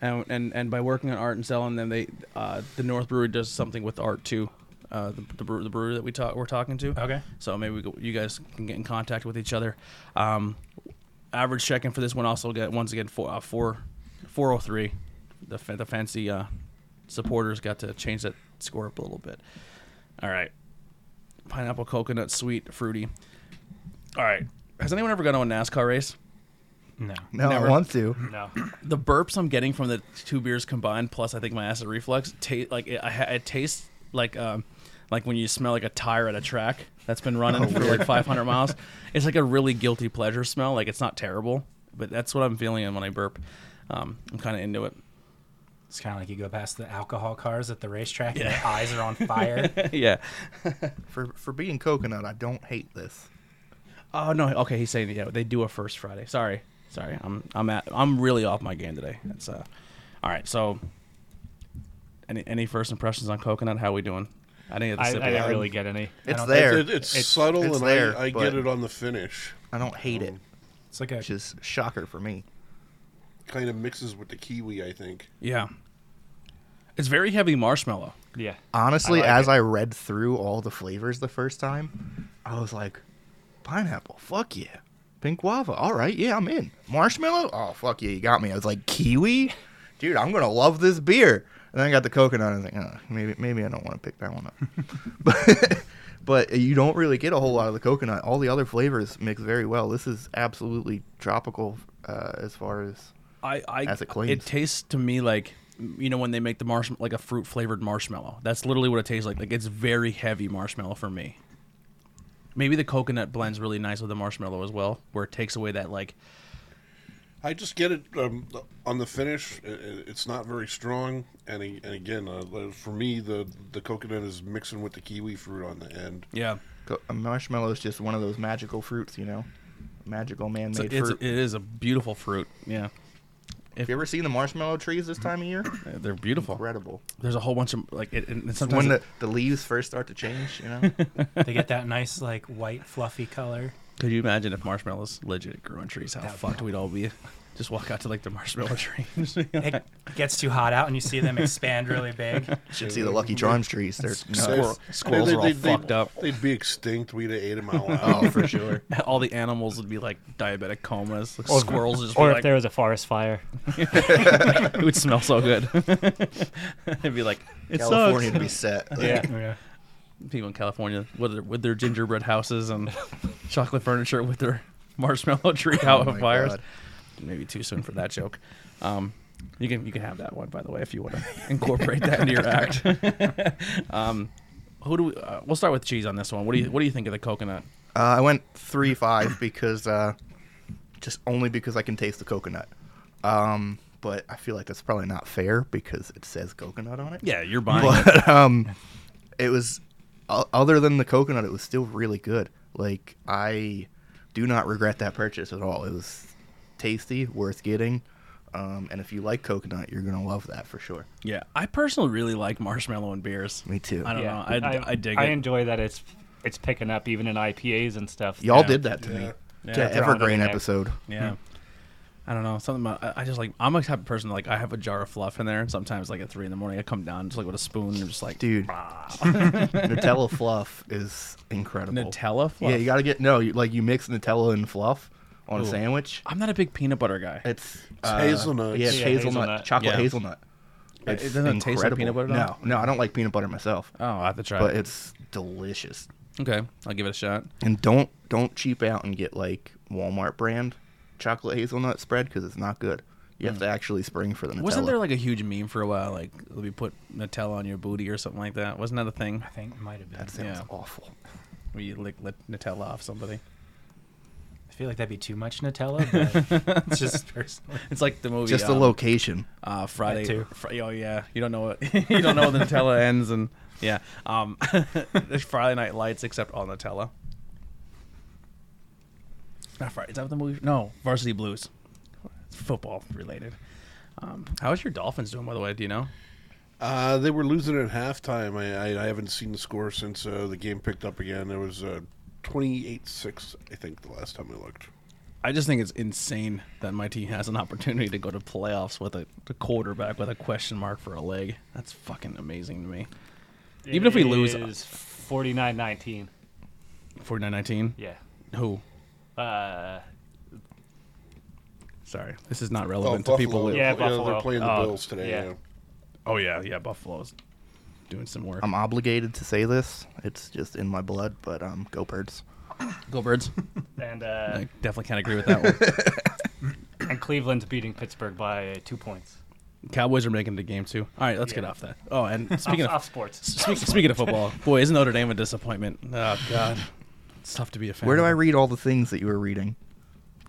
and, and and by working on art and selling them, they uh, the North Brewery does something with art too. Uh, the the, brew, the brewery that we talk we're talking to. Okay. So maybe we go, you guys can get in contact with each other. Um, average check-in for this one also get once again four uh, four four oh three. The fa- the fancy uh, supporters got to change that score up a little bit. All right, pineapple, coconut, sweet, fruity. All right, has anyone ever gone to a NASCAR race? No. No, Never. I want to. No. the burps I'm getting from the two beers combined, plus I think my acid reflux, ta- like it, I, ha- it tastes like um, like when you smell like a tire at a track that's been running for like 500 miles. It's like a really guilty pleasure smell. Like it's not terrible, but that's what I'm feeling when I burp. Um, I'm kind of into it. It's kind of like you go past the alcohol cars at the racetrack and their eyes are on fire. yeah. For for being coconut, I don't hate this. Oh no. Okay, he's saying yeah. They do a first Friday. Sorry, sorry. I'm I'm at I'm really off my game today. That's uh. All right. So. Any any first impressions on coconut? How we doing? I didn't get I, to sip I of didn't that. really get any. It's don't there. It, it's, It's- subtle, it's and there, I, I but- get it on the finish. I don't hate it, It's like a which is shocker for me. Kind of mixes with the kiwi, I think. Yeah. It's very heavy marshmallow. Yeah. Um, Honestly, I like as it. I read through all the flavors the first time, I was like, pineapple, fuck yeah. Pink guava, all right, yeah, I'm in. Marshmallow, oh fuck yeah, you got me. I was like, kiwi, dude, I'm gonna love this beer. And then I got the coconut, and I was like, oh, maybe, maybe I don't want to pick that one up. but, but you don't really get a whole lot of the coconut. All the other flavors mix very well. This is absolutely tropical uh, as far as I, I As it cleans. it tastes to me like mm, you know when they make the marsh like a fruit flavored marshmallow. That's literally what it tastes like. Like it's very heavy marshmallow for me. Maybe the coconut blends really nice with the marshmallow as well, where it takes away that like I just get it um, on the finish. i- i it's not very strong, and a- and again, uh, the- for me, the the coconut is mixing with the kiwi fruit on the end. yeah. co- marshmallow is just one of those magical fruits, you know, magical man-made It's a, it's, fruit. it is a beautiful fruit. Yeah, Have you ever seen the marshmallow trees this time of year? they're beautiful. Incredible. There's a whole bunch of like it, and sometimes When it- the, the leaves first start to change, you know? they get that nice like white fluffy color. Could you imagine if marshmallows legit grew on trees? How That- fucked we'd all be. Just walk out to like the marshmallow tree. It gets too hot out and you see them expand really big. should see the Lucky Charms trees. They're Squirrel- nuts. squirrels are all fucked they'd, up. They'd be extinct. We'd have ate them all out. Oh, for sure. all the animals would be like diabetic comas. Like Or- squirrels just Or be if like, there was a forest fire. it would smell so good. It'd be like it California to sucks. be set. Like, Yeah, Yeah. people in California with their, with their gingerbread houses and chocolate furniture with their marshmallow tree oh out my of fires. God. Maybe too soon for that joke. Um, you can you can have that one by the way if you want to incorporate that into your act. um, who do we? Uh, we'll start with cheese on this one. What do you what do you think of the coconut? Uh, I went three five because uh, just only because I can taste the coconut. Um, but I feel like that's probably not fair because it says coconut on it. Yeah, you're buying. it. but um, it was o- other than the coconut, it was still really good. Like I do not regret that purchase at all. It was tasty, worth getting, um, and if you like coconut, you're gonna love that for sure. Yeah, I personally really like marshmallow and beers. Me too. I don't yeah. know. I, I, dig I it. enjoy that it's it's picking up even in IPAs and stuff. Y'all Yeah. did that to me. Yeah. Yeah. That Throw it on the Evergreen neck. episode. hmm. Yeah. I don't know. Something about, I I just like, I'm a type of person, like, I have a jar of fluff in there, and sometimes, like, at three in the morning, I come down just, like, with a spoon and just, like, Dude, Nutella fluff is incredible. Nutella fluff? Yeah, you gotta get no. You, like you mix Nutella and fluff on a Ooh. sandwich. I'm not a big peanut butter guy. It, It's, uh, hazelnuts. Yeah, it's Yeah, hazelnut, hazelnut. chocolate Yeah. hazelnut. It's doesn't it taste like incredible. peanut butter? at No, all? no, I don't like peanut butter myself, Oh, I have to try but it. it's delicious. Okay. I'll give it a shot. And don't don't cheap out and get like Walmart brand chocolate hazelnut spread because it's not good. You have to actually spring for the Nutella. Wasn't there, like, a huge meme for a while? Like, we put Nutella on your booty or something like that? Wasn't that a thing I think it might have been. that sounds yeah. awful. where you lick, lick Nutella off somebody? I feel like that'd be too much Nutella, but it's just personally. It's like the movie. Just the um, location. uh, Friday. too. Fr- oh yeah, you don't know what you don't know when Nutella ends and yeah, um, there's Friday Night Lights except all Nutella. Not Friday. Is that what the movie? No, Varsity Blues. It's football related. Um, how is your Dolphins doing, by the way? Do you know? Uh, they were losing at halftime. I, I, I haven't seen the score since uh, the game picked up again. It was uh, 28-6, I think, the last time I looked. I just think it's insane that my team has an opportunity to go to playoffs with a, a quarterback with a question mark for a leg. That's fucking amazing to me. Even if we lose- uh, is 49-19. 49-19. Yeah. Who? Uh, Sorry, this is not Oh, relevant to people. Buffalo. who- Yeah, They're Buffalo. Uh, playing the Oh, Bills today. yeah. yeah. Oh yeah, yeah. Buffalo's doing some work. I'm obligated to say this. It's just in my blood, but um, go birds. Go birds. and I uh, definitely can't agree with that one. and Cleveland's beating Pittsburgh by uh, two points. Cowboys are making the game too. All right, let's get Yeah. off that. Oh, and speaking off, of off sports. speak, speaking of football, boy, isn't Notre Dame a disappointment? Oh God, it's tough to be a fan. Where do I read all the things that you were reading?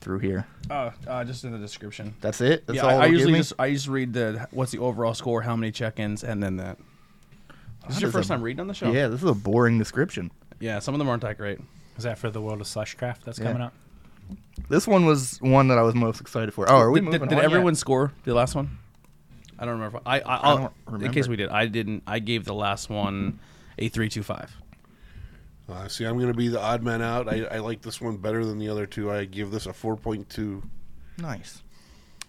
Through here. Oh, uh, just in the description. That's it. That's yeah, all I, I it'll give usually me? just I just read the what's the overall score, how many check-ins, and then that. This is your is a- first time reading on the show. Yeah, this is a boring description. yeah. Some of them aren't that great. Is that for the World of Slushcraft that's Yeah. coming up? This one was one that I was most excited for. Oh, are we did, moving did, did on? everyone score the last one? I don't remember. if I, I, I'll, don't In remember. case we did, I didn't. I gave the last one a three two five. Uh, see, I'm going to be the odd man out. I, I like this one better than the other two. I give this a 4.2. Nice.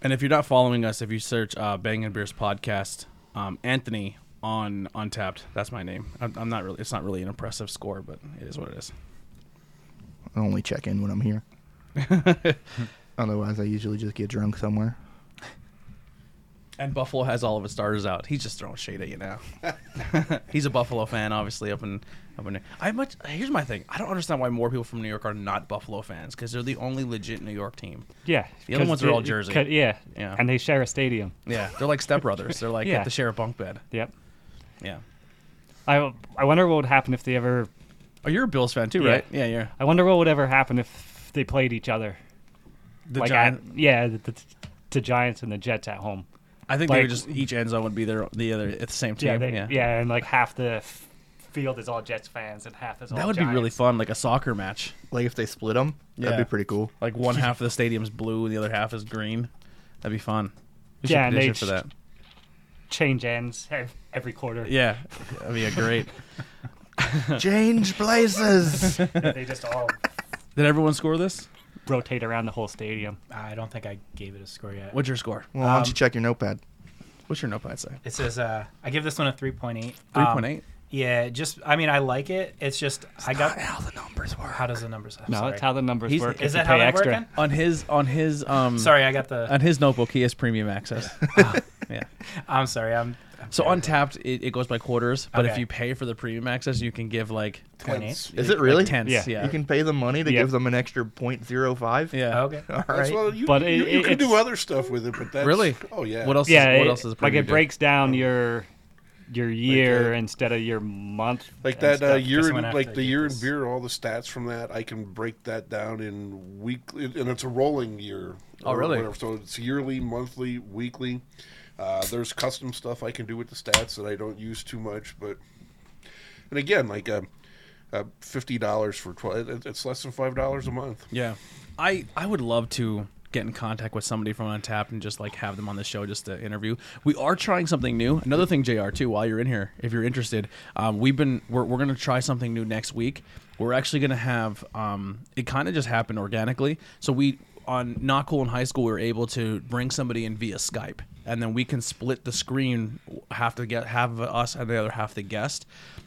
And if you're not following us, if you search uh, Bang and Beers podcast, um, Anthony on Untapped, that's my name. I'm, I'm not really. It's not really an impressive score, but it is what it is. I only check in when I'm here. Otherwise, I usually just get drunk somewhere. And Buffalo has all of its starters out. He's just throwing shade at you now. He's a Buffalo fan, obviously. Up in up in. I much. Here's my thing. I don't understand why more people from New York are not Buffalo fans because they're the only legit New York team. Yeah, The other 'cause ones are all it- Jersey. cut- Yeah, Yeah. and they share a stadium. Yeah, they're like stepbrothers. They're like Yeah. have to share a bunk bed. Yep. Yeah. I I wonder what would happen if they ever. Oh, you're a Bills fan too, Yeah. right? Yeah, yeah. I wonder what would ever happen if they played each other. The like Giant- At, yeah, the, the, the Giants and the Jets at home. I think they like- would just each end zone would be their the other at the same team. Yeah, Yeah, they, yeah, and like half the f- field is all Jets fans and half is all. That would be Giants. really fun, like a soccer match. Like if they split them, Yeah. that'd be pretty cool. Like one half of the stadium's blue and the other half is green. That'd be fun. We should Yeah, and they petition for that. change ends ev- every quarter. Yeah, that'd be a great. Change places. they just all Did everyone score this? rotate around the whole stadium. I don't think I gave it a score yet. What's your score? Well, why don't you check your notepad? What's your notepad Um, say? It says uh, I give this one a three point eight. Um, Three point eight. Yeah, just I mean I like it. It's just I got How the numbers work. how does the numbers? I'm No, sorry. that's how the numbers He's- work. is if you that how pay they're extra. working? On his on his um sorry, I got the. on his notebook he has premium access. yeah. I'm sorry. I'm. I'm So terrible. untapped it, it goes by quarters, but if Okay. you pay for the premium access, you can give like 0.8. Tenths. Is like- it really? like tenths. Yeah. Yeah. You can pay them money to Yeah. give them an extra point zero five. yeah. Okay. All That's right. what you, But you, it- you it- can do it's- other stuff with it, but that's Really? Oh yeah. What else? Yeah, Is, what it- else is like premium it do? breaks down your your year uh, instead of your month. Like and that uh, stuff. year, Guess in, I'm gonna have like to the get year in this. beer, all the stats from that, I can break that down in weekly, and it's a rolling year. Oh, or really? Whatever. So it's yearly, monthly, weekly. Uh, there's custom stuff I can do with the stats that I don't use too much, but and again, like um, uh, fifty dollars for twelve, it, it's less than five dollars a month. Yeah, I I would love to get in contact with somebody from Untapped and just like have them on the show just to interview. We are trying something new. Another thing, Jr. Too, while you're in here, if you're interested, um, we've been we're we're gonna try something new next week. We're actually gonna have um, it kind of just happened organically. So we on not cool in high school we were able to bring somebody in via Skype and then we can split the screen half the get half of us and the other half the guest.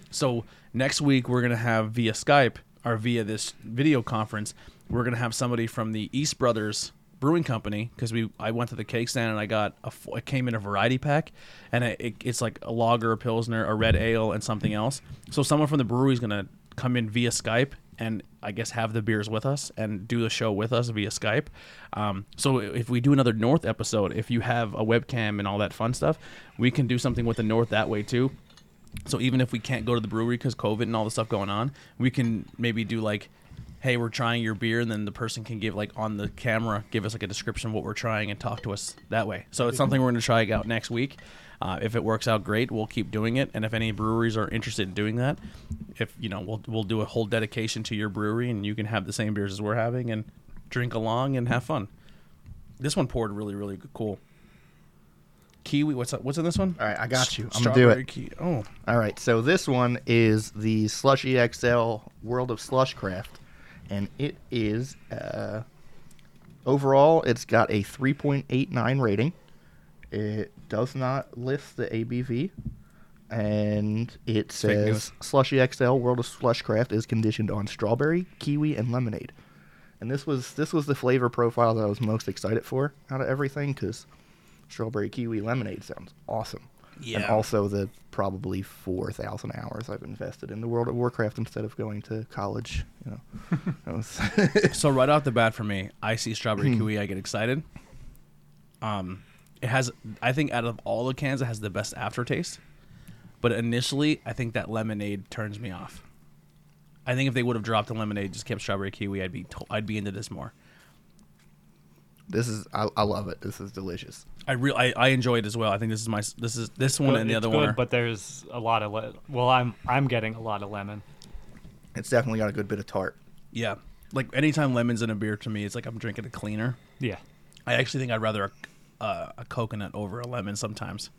So next week we're gonna have via Skype or via this video conference, we're gonna have somebody from the East Brothers Brewing Company because we I went to the cake stand and I got a f- it came in a variety pack, and it, it, it's like a lager, a pilsner, a red ale, and something else. So someone from the brewery is gonna come in via Skype and I guess have the beers with us and do the show with us via Skype. Um, so i- if we do another North episode, if you have a webcam and all that fun stuff, we can do something with the North that way too. So even if we can't go to the brewery because COVID and all the stuff going on, we can maybe do like, hey, we're trying your beer, and then the person can give like on the camera give us like a description of what we're trying and talk to us that way. So it's something we're going to try out next week. Uh, if it works out great, we'll keep doing it. And if any breweries are interested in doing that, if you know, we'll we'll do a whole dedication to your brewery, and you can have the same beers as we're having and drink along and have fun. This one poured really really cool. Kiwi, what's what's in this one? All right, I got you. I'm gonna do Strawberry it. ki- oh, All right. So this one is the Slushy XL World of Slushcraft, and it is uh, overall it's got a 3.89 rating. It does not list the ABV, and it news. says Slushy XL World of Slushcraft is conditioned on strawberry, kiwi, and lemonade. And this was this was the flavor profile that I was most excited for out of everything because strawberry kiwi lemonade sounds awesome. And Yeah. also the probably four thousand hours I've invested in the World of Warcraft instead of going to college. You know, That was- So right off the bat for me, I see strawberry kiwi, I get excited. Um, it has, I think, out of all the cans, it has the best aftertaste. But initially, I think that lemonade turns me off. I think if they would have dropped the lemonade, just kept strawberry kiwi, I'd be to- I'd be into this more. this is I, I love it. This is delicious. I real I, I enjoy it as well. I think this is my s- this is this one Good- and the it's other good, one. Are, but there's a lot of le- well, I'm I'm getting a lot of lemon. It's definitely got a good bit of tart. Yeah. Like anytime lemons in a beer to me, it's like I'm drinking a cleaner. Yeah. I actually think I'd rather a, uh, a, a coconut over a lemon sometimes.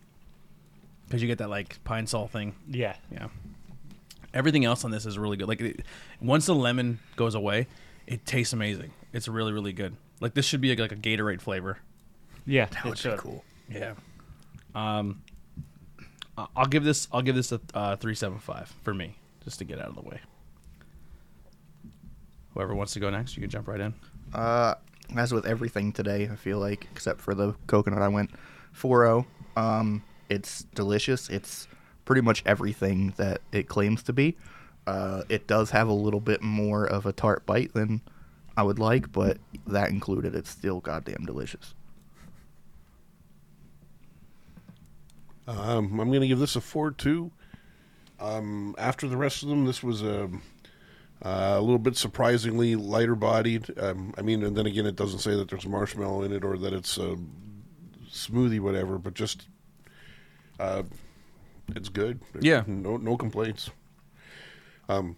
Because you get that like pine salt thing. Yeah. Yeah. Everything else on this is really good. Like it, once the lemon goes away, it tastes amazing. It's really really good. Like this should be like a Gatorade flavor. Yeah. That it would be should. cool. Yeah. Um, I- I'll give this. I'll give this a uh, three seven five for me, just to get out of the way. Whoever wants to go next, you can jump right in. Uh, as with everything today, I feel like, except for the coconut, I went 4 Um, it's delicious. It's pretty much everything that it claims to be. Uh, it does have a little bit more of a tart bite than I would like, but that included, it's still goddamn delicious. Um, I'm going to give this a four two. Um, after the rest of them, this was a, a little bit surprisingly lighter bodied. Um, I mean, and then again, it doesn't say that there's marshmallow in it or that it's a smoothie, whatever. But just, uh, it's good. Yeah. no no complaints. Um,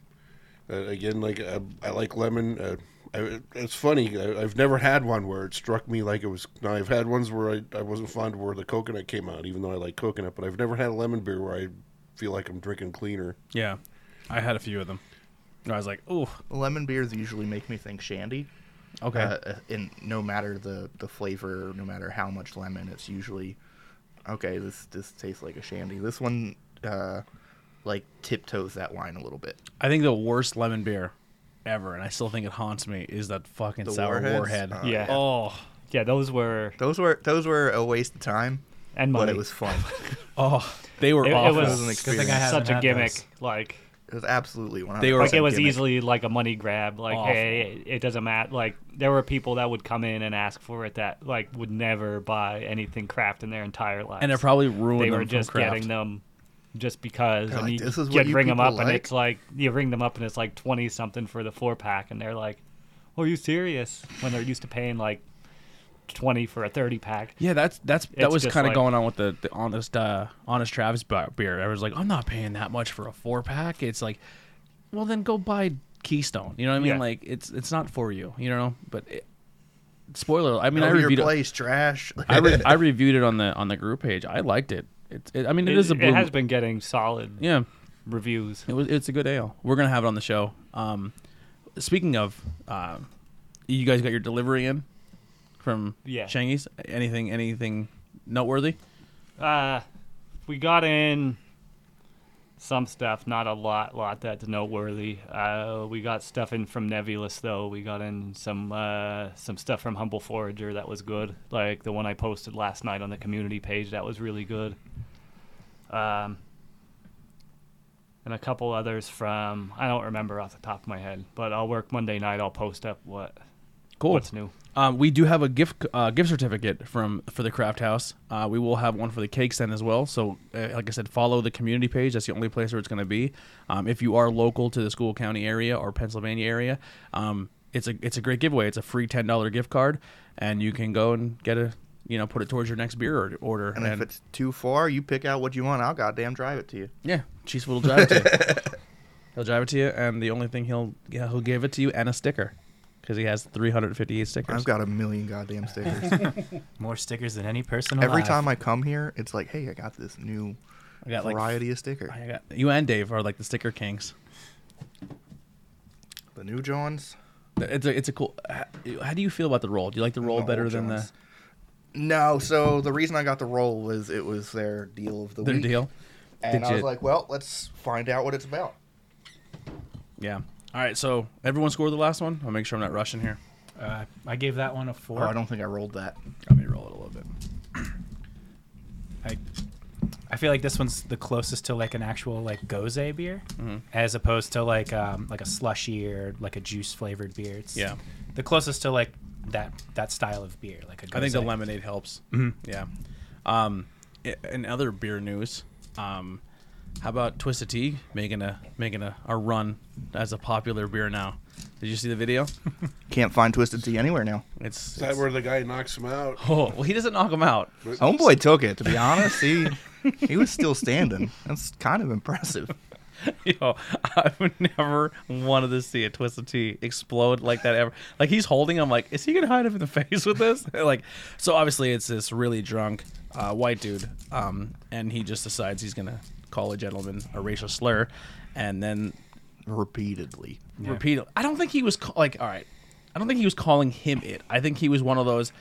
uh, again, like uh, I like lemon. Uh, I, it's funny. I, I've never had one where it struck me like it was. Now I've had ones where I, I wasn't fond of where the coconut came out, even though I like coconut. But I've never had a lemon beer where I feel like I'm drinking cleaner. Yeah, I had a few of them. And I was like, oh, Lemon beers usually make me think shandy. okay, Uh, and no matter the, the flavor, no matter how much lemon, it's usually okay. This this tastes like a shandy. This one, uh, like tiptoes that line a little bit. I think the worst lemon beer ever, and I still think it haunts me, is that fucking The sour Warheads? warhead. Uh, Yeah. Oh, Yeah. Those were Those were those were a waste of time, and but money. it was fun. oh, they were It- it awful. was- an Good thing experience. I haven't such a had gimmick. those. Like It was absolutely one. They were- like it was gimmick. easily like a money grab. Like Awful. hey, it doesn't matter. Like there were people that would come in and ask for it that like would never buy anything craft in their entire life. and it probably ruined they them were from just Kraft. getting them just because They're and like, you, "This is you what you ring them up people and like?" it's like you ring them up and it's like 20 something for the four pack and they're like "Oh, are you serious when they're used to paying like 20 for a 30 pack Yeah, that's that's that It's was just kind of like- going on with the, the honest uh, honest Travis bu- beer. I was like, I'm not paying that much for a four pack. It's like, well, then go buy Keystone. You know what I mean? Yeah. Like it's it's not for you. You know, but it, spoiler. I mean, I Over your reviewed it, place trash. I, re- I reviewed it on the on the group page. I liked it. It, it I mean, it is a blue. it has been getting solid yeah, reviews it was it's a good ale. We're gonna have it on the show. Um, speaking of, um, you guys got your delivery in from Yeah. Changi's. Anything anything noteworthy? uh we got in some stuff not a lot lot that's noteworthy uh we got stuff in from nebulous though we got in some uh some stuff from humble forager that was good like the one i posted last night on the community page that was really good um and a couple others from i don't remember off the top of my head but i'll work monday night i'll post up what Cool. what's new Um, we do have a gift uh, gift certificate from for the craft house. Uh, we will have one for the cake stand as well. So, uh, like I said, follow the community page. That's the only place where it's going to be. Um, if you are local to the school county area or Pennsylvania area, um, it's a it's a great giveaway. It's a free ten dollar gift card, and you can go and get a you know put it towards your next beer or- order. and if it's too far, you pick out what you want. I'll goddamn drive it to you. yeah, Chief will drive it to you. he'll drive it to you, and the only thing he'll yeah, he'll give it to you and a sticker because he has three hundred and fifty eight stickers. I've got a million goddamn stickers. More stickers than any person Every alive. time I come here, it's like, hey, I got this new I got like variety of sticker. I got you and Dave are like the sticker kings. The new Johns. It's a it's a cool. How, how do you feel about the roll? Do you like the roll the better old than the Johns. Oh, No, so the reason I got the roll was it was their deal of the their week. deal? And Did I was you- like, well, let's find out what it's about. Yeah. All right. So everyone scored the last one. I'll make sure I'm not rushing here. uh, I gave that one a four. Oh, I don't think I rolled that. Let me roll it a little bit. I, I feel like this one's the closest to like an actual like goze beer, as opposed to like um, like a slushy or like a juice flavored beer. It's Yeah. the closest to like that that style of beer. Like a I think the gose. lemonade helps. Mm-hmm. Yeah. Um, i- in other beer news, um, how about Twisted Tea making a making a, a run as a popular beer now? Did you see the video? Can't find Twisted Tea anywhere now. It's, Is that it's where the guy knocks him out? oh well, he doesn't knock him out. Homeboy took it, to be honest. He he was still standing. That's kind of impressive. Yo, I've never wanted to see a twisted tea explode like that ever. Like he's holding, I'm like, is he gonna hide him in the face with this? like, so obviously it's this really drunk uh, white dude, um, and he just decides he's gonna call a gentleman a racial slur, and then repeatedly. repeatedly. I don't think he was ca- like, all right, I don't think he was calling him it. I think he was one of those.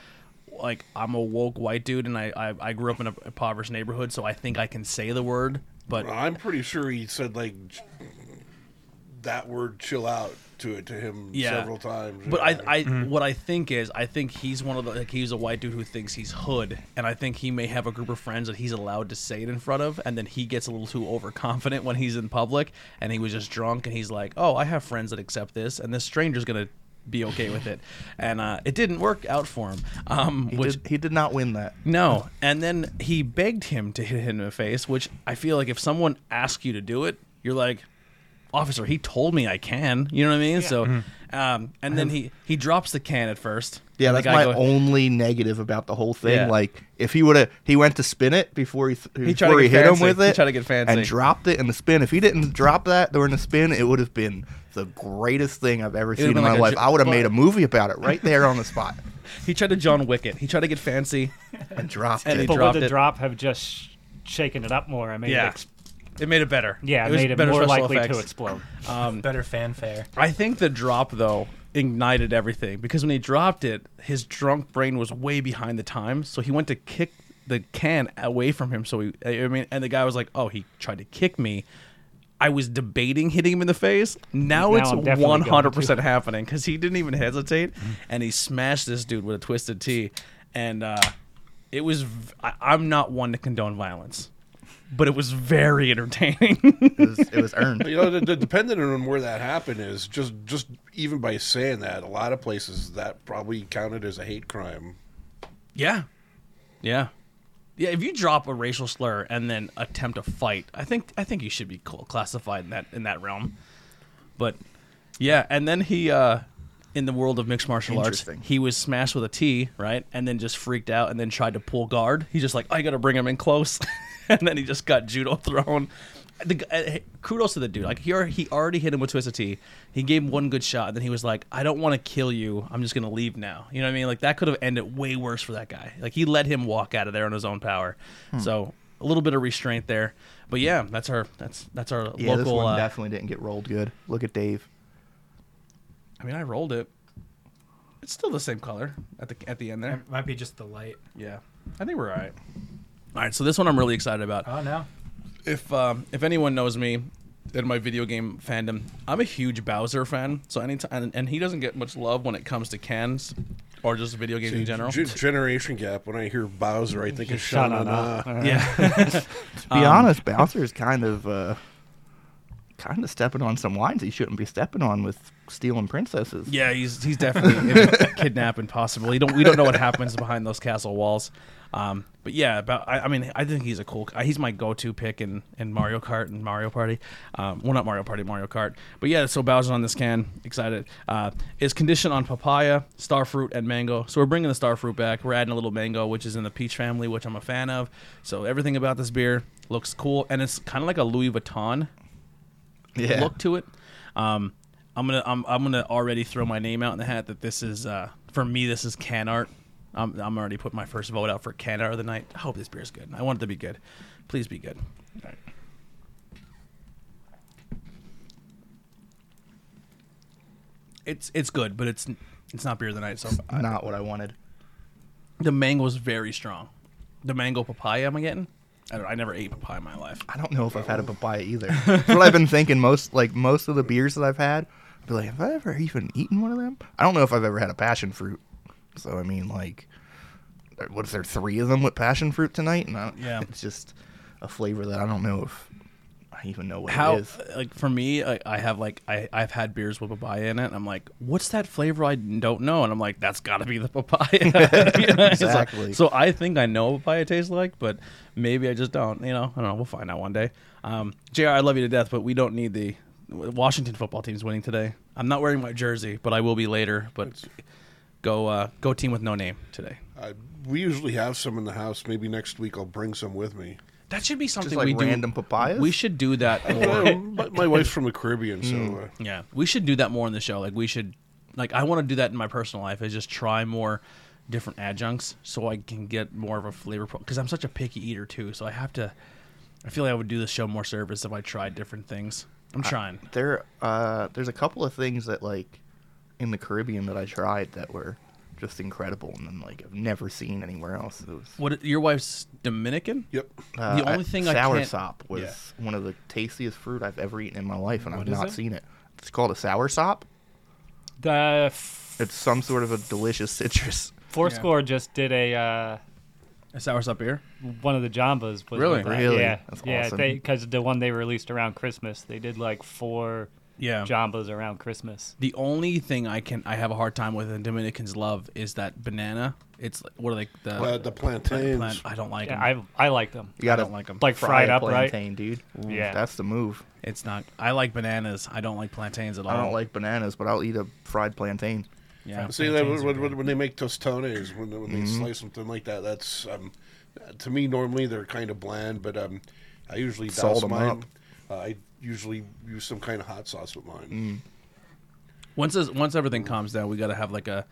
Like I'm a woke white dude, and I, I, I grew up in a impoverished neighborhood, so I think I can say the word. But I'm pretty sure he said like j- that word "chill out" to it to him Yeah. several times. But I, I what I think is, I think he's one of the like he's a white dude who thinks he's hood, and I think he may have a group of friends that he's allowed to say it in front of, and then he gets a little too overconfident when he's in public, and he was just drunk, and he's like, "Oh, I have friends that accept this, and this stranger's gonna be okay with it," and uh, it didn't work out for him. Um, He, which did, he did not win that. no, and then he begged him to hit him in the face, which I feel like if someone asks you to do it, you're like, officer, he told me I can. You know what I mean? So, Mm-hmm. um, and then he he drops the can at first. Yeah, And the that's guy my go- only negative about the whole thing. Yeah. Like, if he would have, he went to spin it before he, th- tried to before he get hit fancy. him with He it. tried to get fancy. and dropped it in the spin. If he didn't drop that during the spin, it would have been the greatest thing I've ever seen been in my like a life. ju- I would have but- made a movie about it right there on the spot He tried to John Wick it. He tried to get fancy. and dropped And it. he But would dropped the it. drop have just sh- shaken it up more? I mean, Yeah. it ex- It made it better. yeah, it was made it better more special likely to effects. explode. Better fanfare. I think the drop though ignited everything because when he dropped it, his drunk brain was way behind the time, so he went to kick the can away from him. So he, I mean, and the guy was like, "Oh, he tried to kick me." I was debating hitting him in the face. Now, Now it's I'm definitely going one to. hundred percent happening because he didn't even hesitate, and he smashed this dude with a twisted T, and uh, it was. v- I, I'm not one to condone violence, but it was very entertaining. It was, it was earned. you know, d- d- depending on where that happened is just just even by saying that, a lot of places that probably counted as a hate crime. Yeah. Yeah. Yeah, if you drop a racial slur and then attempt a fight, I think I think you should be cl- classified in that in that realm. But yeah, and then he uh in the world of mixed martial arts, Interesting. he was smashed with a T, right? And then just freaked out and then tried to pull guard. He's just like, "I got to bring him in close." and then he just got judo thrown. The, g- uh, hey, kudos to the dude. Like he, al- he already hit him with twisted T. He gave him one good shot, and then he was like, "I don't want to kill you. I'm just gonna leave now." You know what I mean? Like that could have ended way worse for that guy. Like he let him walk out of there on his own power. Hmm. So a little bit of restraint there. But yeah, that's our that's that's our Yeah, local. this one uh, definitely didn't get rolled good. Look at Dave. I mean, I rolled it. It's still the same color at the at the end there. It might be just the light. Yeah, I think we're all right. All right, so this one I'm really excited about. Oh no. If um, if anyone knows me in my video game fandom, I'm a huge Bowser fan. So anytime, and, and he doesn't get much love when it comes to cans or just video games in general. G- generation gap. When I hear Bowser, I think of Shut on Sha-na-na. up. yeah, To Um, be honest, Bowser's kind of uh, kind of stepping on some lines he shouldn't be stepping on with stealing princesses. yeah, he's he's definitely into kidnapping. Possibly, you don't we don't know what happens behind those castle walls. Um, but yeah, about I, I mean, I think he's a cool. uh, He's my go-to pick in, in Mario Kart and Mario Party. Um, well, not Mario Party, Mario Kart. But yeah, so Bowser on this can. Excited. Uh, is conditioned on papaya, starfruit, and mango. So we're bringing the starfruit back. We're adding a little mango, which is in the peach family, which I'm a fan of. So everything about this beer looks cool, and it's kind of like a Louis Vuitton Yeah. look to it. Um, I'm gonna I'm, I'm gonna already throw my name out in the hat that this is uh, for me this is can art. I'm, I'm already putting my first vote out for can art of the night. I hope this beer is good. I want it to be good. Please be good. It's it's good, but it's it's not beer of the night. So I- Not what I wanted. the mango is very strong. The mango papaya am I getting? I, don't, I never ate papaya in my life. I don't know if I've had a Oh. papaya either. That's what I've been thinking. Most like most of the beers that I've had, I'd be like, have I ever even eaten one of them? I don't know if I've ever had a passion fruit. So I mean, like, what if there are three of them with passion fruit tonight? And I don't, Yeah. it's just a flavor that I don't know if I even know what how it is. like for me I, I have like I, i've had beers with papaya in it and i'm like what's that flavor i don't know and i'm like that's gotta be the papaya You know, it's like- Exactly. so i think i know what papaya tastes like but maybe i just don't you know i don't know we'll find out one day um, jr i love you to death but we don't need the washington football team's winning today i'm not wearing my jersey but i will be later but go uh, go team with no name today I, we usually have some in the house. Maybe next week I'll bring some with me. That should be something Just like we do. random papayas. We should do that more. Well, Um, my, my wife's from the Caribbean, Hmm. so uh, yeah, we should do that more in the show. Like we should, like I want to do that in my personal life. Is just try more different adjuncts so I can get more of a flavor. Because I'm such a picky eater too, so I have to. I feel like I would do the show more service if I tried different things. I'm trying. there uh there's a couple of things that like in the Caribbean that I tried that were just incredible and then like I've never seen anywhere else. It was What your wife's Dominican? yep. uh, the only thing I sour can't- sop was one of the tastiest fruit I've ever eaten in my life and What I've is not it? seen it. It's called a sour sop. The f- It's some sort of a delicious citrus. Fourscore just did a uh, A sour sop beer? one of the Jambas. Was Really? with that. Really? Yeah, That's yeah. awesome. Because the one they released around Christmas, they did like four Yeah. Jambas around Christmas. The only thing I can I have a hard time with and Dominicans love is that banana. It's like- what are they the Uh, the plantains. plant? I don't like Yeah, them. I I like them. You gotta don't like 'em. Like fry fried a up, right? plantain, dude. Yeah. That's the move. It's not. I like bananas. I don't like plantains at all. I don't like bananas, but I'll eat a fried plantain. Yeah. See that Plantains are when, good. when, when they make tostones, when, when they Mm-hmm. slice something like that, that's um, to me normally they're kind of bland, but um, I usually Salt douse 'em mine. up. Uh, I usually use some kind of hot sauce with Mm. mine. Once this, once everything calms down, we got to have like a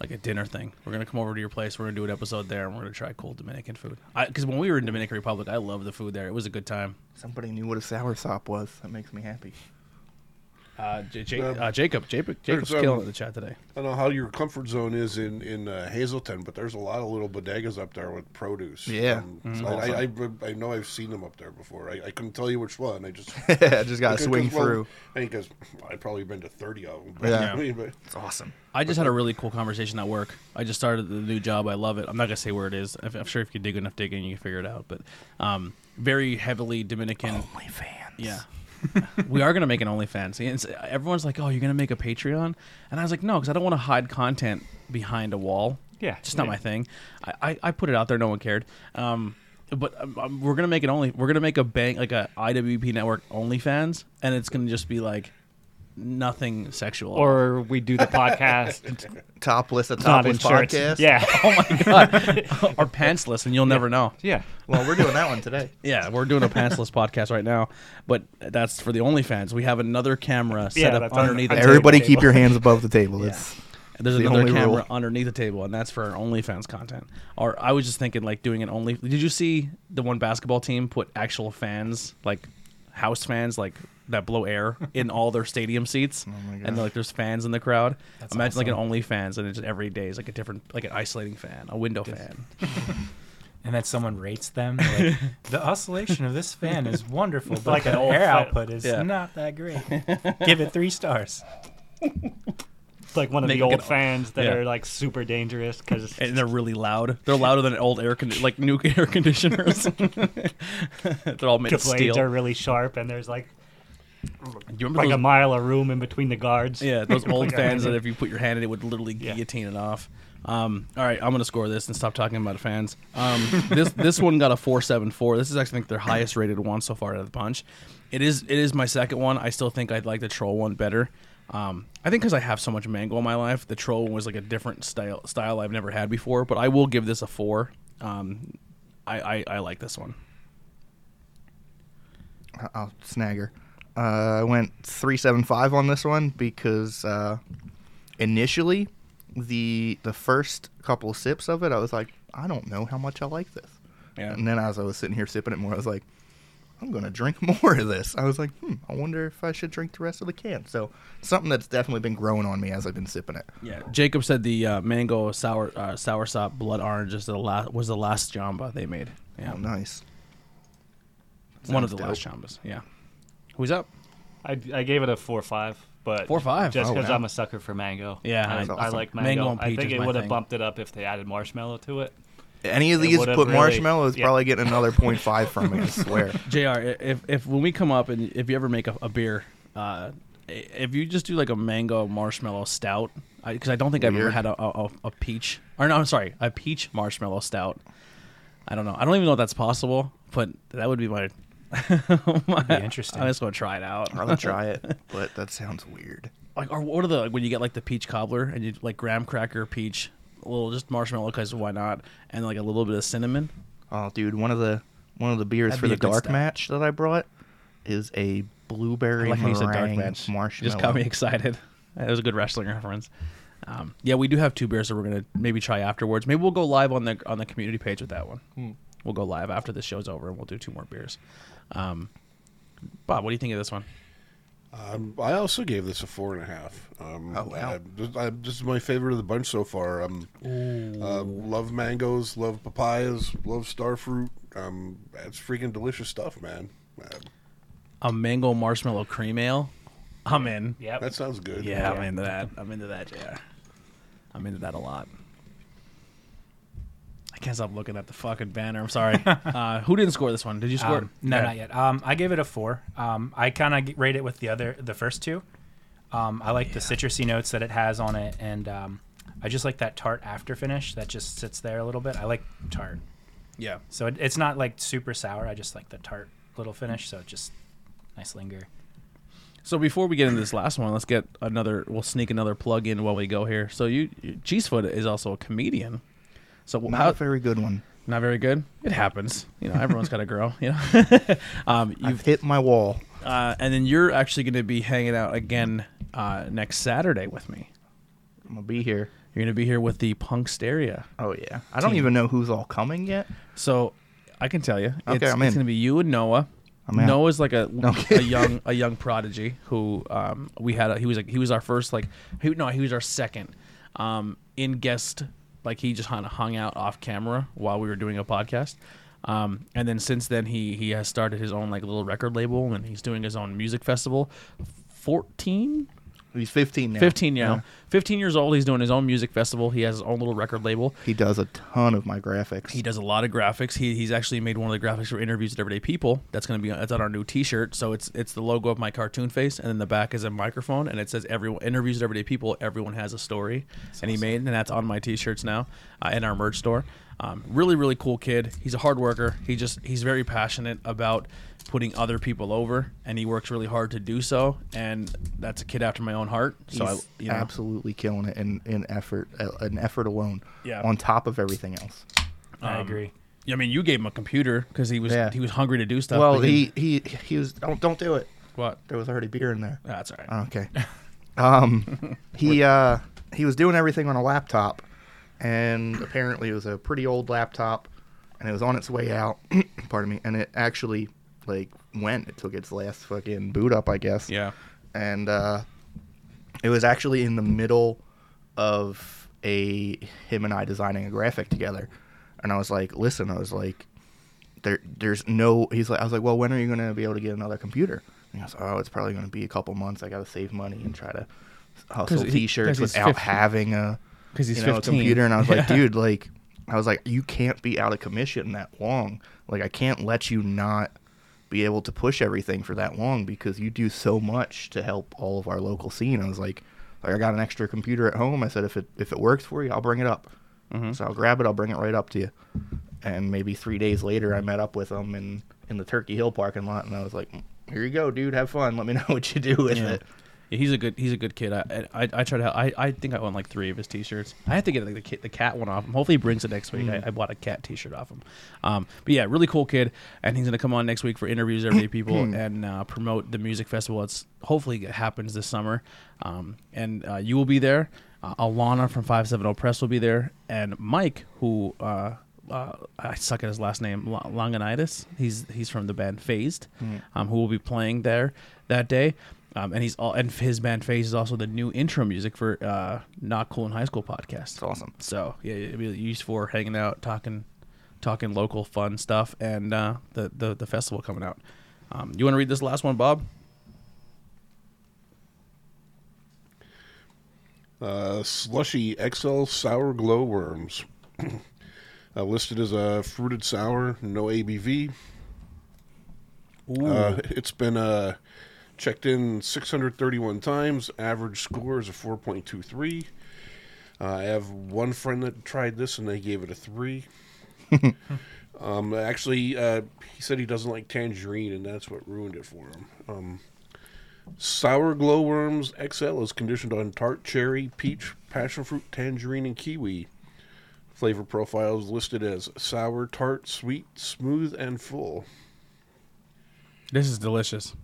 like a dinner thing. We're gonna come over to your place. We're gonna do an episode there, and we're gonna try cold Dominican food. Because when we were in Dominican Republic, I loved the food there. It was a good time. Somebody knew what a sour sop was. That makes me happy. Uh, J- J- Um, uh, Jacob, Jacob, Jacob's there's, um, killing it in the chat today. I don't know how your comfort zone is in in uh, Hazelton, but there's a lot of little bodegas up there with produce. Yeah. Mm-hmm. Um, I, I, I, I know I've seen them up there before. I, I couldn't tell you which one. I just I just gotta swing well, through. I think 'cause I've probably been to thirty of them. Yeah. I mean, but- It's awesome. I just had a really cool conversation at work. I just started the new job. I love it. I'm not gonna say where it is. I'm I'm sure if you dig enough digging, you can figure it out. But um, very heavily Dominican. Only fans. Yeah. we are going to make an OnlyFans. And it's- everyone's like, oh, you're going to make a Patreon? And I was like, no, because I don't want to hide content behind a wall. Yeah, It's just not yeah. my thing. I, I, I put it out there. No one cared. Um, but um, um, we're going to make it only. We're going to make a bank, like a IWP network OnlyFans. And it's going to just be like nothing sexual. Or we do the podcast Topless, a not in topless shirts. podcast. Yeah, or pantsless, and you'll never know. yeah. Well, we're doing that one today. Yeah, we're doing a pantsless podcast right now, but that's for the OnlyFans. We have another camera set Yeah, up that's on- underneath on the table. table. Everybody keep your hands above the table. It's And There's The another only camera rule. underneath the table, and that's for our OnlyFans content. Or I was just thinking, like doing an Only. Did you see the one basketball team put actual fans, like house fans, like that blow air in all their stadium seats? Oh my And gosh. like there's fans in the crowd. Imagine like an OnlyFans, and it's just every day is like a different, like an isolating fan, a window fan. and then someone rates them. they're Like, the oscillation of this fan is wonderful, but Like the an old air fan. output is Yeah. not that great. Give it three stars. It's like one of Make the like old an- fans that yeah. are like super dangerous because And they're really loud. They're louder than old air, con- like new air conditioners. they're all made the of blades steel. are really sharp and there's like Do you remember like those a mile of room in between the guards. Yeah, those old Like a- fans that if you put your hand in it would literally guillotine it off. Um, all right, I'm gonna score this and stop talking about fans. Um, this this one got a four seven four. This is actually I think their highest rated one so far out of the bunch. It is it is my second one. I still think I'd like the troll one better. Um, I think because I have so much mango in my life, the troll one was like a different style style I've never had before. But I will give this a four. Um, I, I I like this one. I- I'll snag her. Uh, I went three seven five on this one because uh, initially the the first couple of sips of it, I was like, I don't know how much I like this. Yeah. And then as I was sitting here sipping it more, I was like, I'm gonna drink more of this. I was like, hmm, I wonder if I should drink the rest of the can. So something that's definitely been growing on me as I've been sipping it. Yeah, Jacob said the uh, mango sour uh, sour sop blood orange is the last was the last jamba they made. Yeah, Oh, nice. One of the last Sounds Chambas, yeah. Who's up? I, I gave it a four five, but 4.5? just Oh, because wow. I'm a sucker for mango. Yeah, I, that's I awesome. like mango. Mango and peach I is think it my would have thing. bumped it up if they added marshmallow to it. Any of It these put would've really- marshmallow is yeah. probably getting another 0.5 from me. I swear. Jr. i- If if when we come up and if you ever make a, a beer, uh, i- if you just do like a mango marshmallow stout, because I, don't think I've ever Weird. had a, a a- a peach or no, I'm sorry, a peach marshmallow stout. I don't know. I don't even know if that's possible, but that would be my. my be interesting. I'm just gonna try it out. I would try it, but that sounds weird. Like, or what are the like, when you get like the peach cobbler and you like graham cracker, peach, a little just marshmallow because why not, and like a little bit of cinnamon. Oh, dude, one of the one of the beers That'd for be the a good dark stout. match that I brought is a blueberry like how you said dark meringue match. marshmallow. Just got me excited. That was a good wrestling reference. Um, yeah, we do have two beers that we're gonna maybe try afterwards. Maybe we'll go live on the on the community page with that one. We'll go live after the show's over and we'll do two more beers. Um, Bob, what do you think of this one? Um, I also gave this a four and a half. Um, Oh, wow. I- this, I- this is my favorite of the bunch so far. Um, uh, love mangoes, love papayas, love starfruit. Um, that's freaking delicious stuff, man. Uh, A mango marshmallow cream ale. I'm in. Yep. that sounds good. Yeah, I'm into that. I'm into that. Yeah, I'm into that a lot. I can't stop looking at the fucking banner. I'm sorry. uh, who didn't score this one? Did you score? Um, no, not yet. Um, I gave it a four. Um, I kind of rate it with the other, the first two. Um, I like the citrusy notes that it has on it, and um, I just like that tart after finish that just sits there a little bit. I like tart, Yeah. so it, it's not like super sour. I just like the tart little finish, so it just nice linger. So before we get into this last one, let's get another. We'll sneak another plug in while we go here. So you, Cheesefoot is also a comedian. So Not how, a very good one. not very good. It happens. You know, everyone's got to grow. You know. um, You've you've hit my wall. uh, and then you're actually going to be hanging out again uh, next Saturday with me. I'm gonna be here. You're going to be here with the Punksteria. Oh yeah. I don't even know who's all coming yet. So I can tell you, Okay, it's, I'm it's in. gonna be you and Noah. I'm out. Noah's like a No. a young a young prodigy who um we had a, he was like he was our first like he, no he was our second um in guest like he just kind of hung out off camera while we were doing a podcast. Um, and then since then he he has started his own like little record label and he's doing his own music festival. 14 He's 15 now. 15 now 15 years old he's doing his own music festival he has his own little record label He does a ton of my graphics. he does a lot of graphics. He, he's actually made one of the graphics for interviews with everyday people. That's gonna be that's on our new T-shirt. So it's it's the logo of my cartoon face, and then the back is a microphone, and it says everyone interviews with everyday people. Everyone has a story, and he made, and that's on my T-shirts now uh, in our merch store. Um, really, really cool kid. He's a hard worker. He just he's very passionate about putting other people over, and he works really hard to do so. And that's a kid after my own heart. So I, He's you know, absolutely killing it in, in effort, uh, an effort alone. Yeah. On top of everything else. I agree. um, I mean, you gave him a computer because he was Yeah. he was hungry to do stuff. Well, but then- he, he he was. Don't don't do it. what? There was already beer in there. That's all right. Oh, Okay. Um, he uh, he was doing everything on a laptop, and apparently it was a pretty old laptop, and it was on its way out. pardon me. And it actually like went. It took its last fucking boot up, I guess. Yeah. And uh, it was actually in the middle of a him and I designing a graphic together, and I was like, listen, I was like, there there's no he's like I was like, Well, when are you gonna be able to get another computer? And he goes, Oh, it's probably gonna be a couple months. I gotta save money and try to hustle 'Cause he- t shirts 'cause he's without 50. having a 'Cause he's you know, a 15. computer and I was like, dude, like I was like, You can't be out of commission that long. Like I can't let you not be able to push everything for that long because you do so much to help all of our local scene. I was like, like I got an extra computer at home. I said if it if it works for you, I'll bring it up. Mm-hmm. So I'll grab it. I'll bring it right up to you. And maybe three days later, I met up with him in in the Turkey Hill parking lot, and I was like, "Mm, "Here you go, dude. Have fun. Let me know what you do with it." Yeah, he's a good he's a good kid. I I, I try to I, I think I won like three of his t-shirts. I have to get like the kid, the cat one off him. Hopefully he brings it next week. I, I bought a cat t-shirt off him. Um, but yeah, really cool kid, and he's gonna come on next week for interviews with everyday people and uh, promote the music festival. It's hopefully it happens this summer, um, and uh, you will be there. Uh, Alana from Five Seven O Press will be there, and Mike who. Uh, uh, I suck at his last name, L- Longanitis. He's he's from the band Phased, Hmm. um, who will be playing there that day. Um, and he's all and his band Phase is also the new intro music for uh, Not Cool in High School podcast. It's awesome. So yeah, it'd be used for hanging out, talking, talking local fun stuff, and uh, the, the the festival coming out. Um, you want to read this last one, Bob? Uh, slushy XL sour glow worms. uh, listed as a fruited sour, no ABV. Uh, it's been uh, checked in 631 times. Average score is a 4.23. Uh, I have one friend that tried this and they gave it a three. um, actually, uh, he said he doesn't like tangerine, and that's what ruined it for him. Um, Sour Glowworms XL is conditioned on tart cherry, peach, passion fruit, tangerine, and kiwi. Flavor profile is listed as sour, tart, sweet, smooth, and full. This is delicious.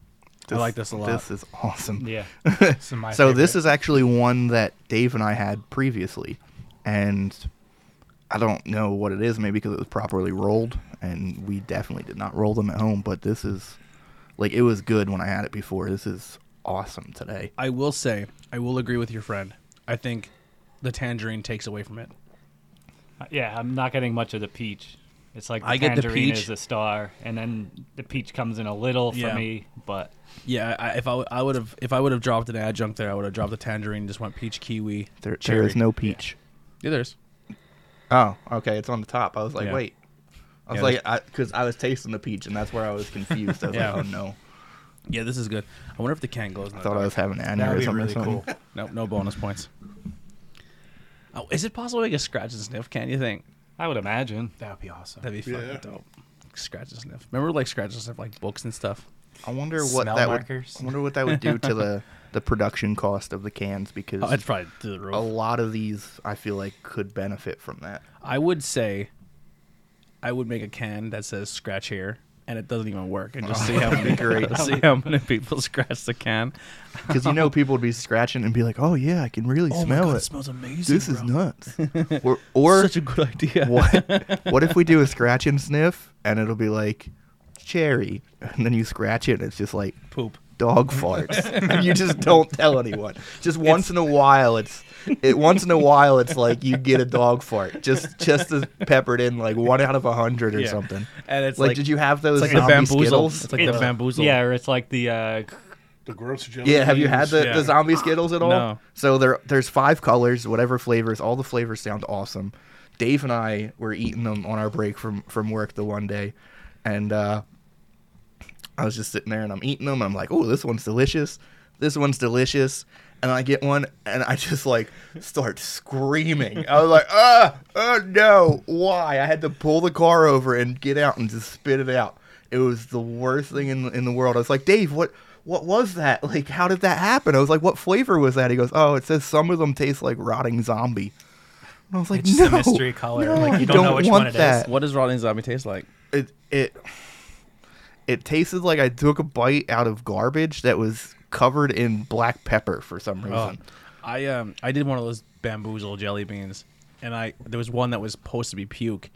I like this a lot. This is awesome. Yeah. This is my so this favorite. is actually one that Dave and I had previously, and I don't know what it is. Maybe because it was properly rolled, and we definitely did not roll them at home. But this is like it was good when I had it before. This is awesome today. I will say, I will agree with your friend. I think the tangerine takes away from it. Yeah, I'm not getting much of the peach. It's like the I get the tangerine peach. is the star, and then the peach comes in a little Yeah. for me, but Yeah, I, if I, w- I would have if I would have dropped an adjunct there, I would have dropped the tangerine. Just went peach kiwi. There, there cherry. is no peach. Yeah, there's. Oh, okay, it's on the top. I was like, Yeah. wait. I was Yeah, like, because I, was tasting the peach, and that's where I was confused. I was Yeah. like, oh no, Yeah, this is good. I wonder if the can goes. in I the thought I dark. was having an That would be aneurysm or really something. cool. Nope, no bonus points. Oh, is it possible to get scratch and sniff? Can you think I would imagine. That would be awesome. that'd be fucking Yeah. dope? Scratch and sniff. Remember, like scratch and sniff, like books and stuff. I wonder what Smell that markers. would. I wonder what that would do to the the production cost of the cans because Oh, it's probably through the roof. a lot of these I feel like could benefit from that. I would say, I would make a can that says scratch here, and it doesn't even work, and just see how That'd be many great see how many people scratch the can. because you know people would be scratching and be like, "Oh yeah, I can really smell it. smells amazing. This is nuts." or or such a good idea. what? What if we do a scratch and sniff and it'll be like cherry, and then you scratch it and it's just like Poop. dog farts. and you just don't tell anyone. Just once in a while, it's it. Once in a while, it's like you get a dog fart. Just just as peppered in like one out of a hundred or Yeah. something. And it's like, like, did you have those It's like the zombie bamboozle. skittles? It's like the It's- bamboozle. Yeah, or it's like the uh, The gross jelly. Yeah, have you had beans. the, Yeah. the zombie Skittles at all? No. So there, there's five colors, whatever flavors. All the flavors sound awesome. Dave and I were eating them on our break from from work the one day, and uh, I was just sitting there and I'm eating them. And I'm like, oh, this one's delicious. This one's delicious. And I get one and I just like start screaming. I was like, ah, oh no, why? I had to pull the car over and get out and just spit it out. It was the worst thing in the, in the world. I was like, Dave, what what was that? Like, how did that happen? I was like, what flavor was that? He goes, oh, it says some of them taste like rotting zombie. And I was like, It's no, just a mystery color. no, Like, I you don't know which one want it is." that What does rotting zombie taste like? it it it tasted like I took a bite out of garbage that was covered in black pepper for Oh. some reason. I um I did one of those bamboozle jelly beans, and I there was one that was supposed to be puke,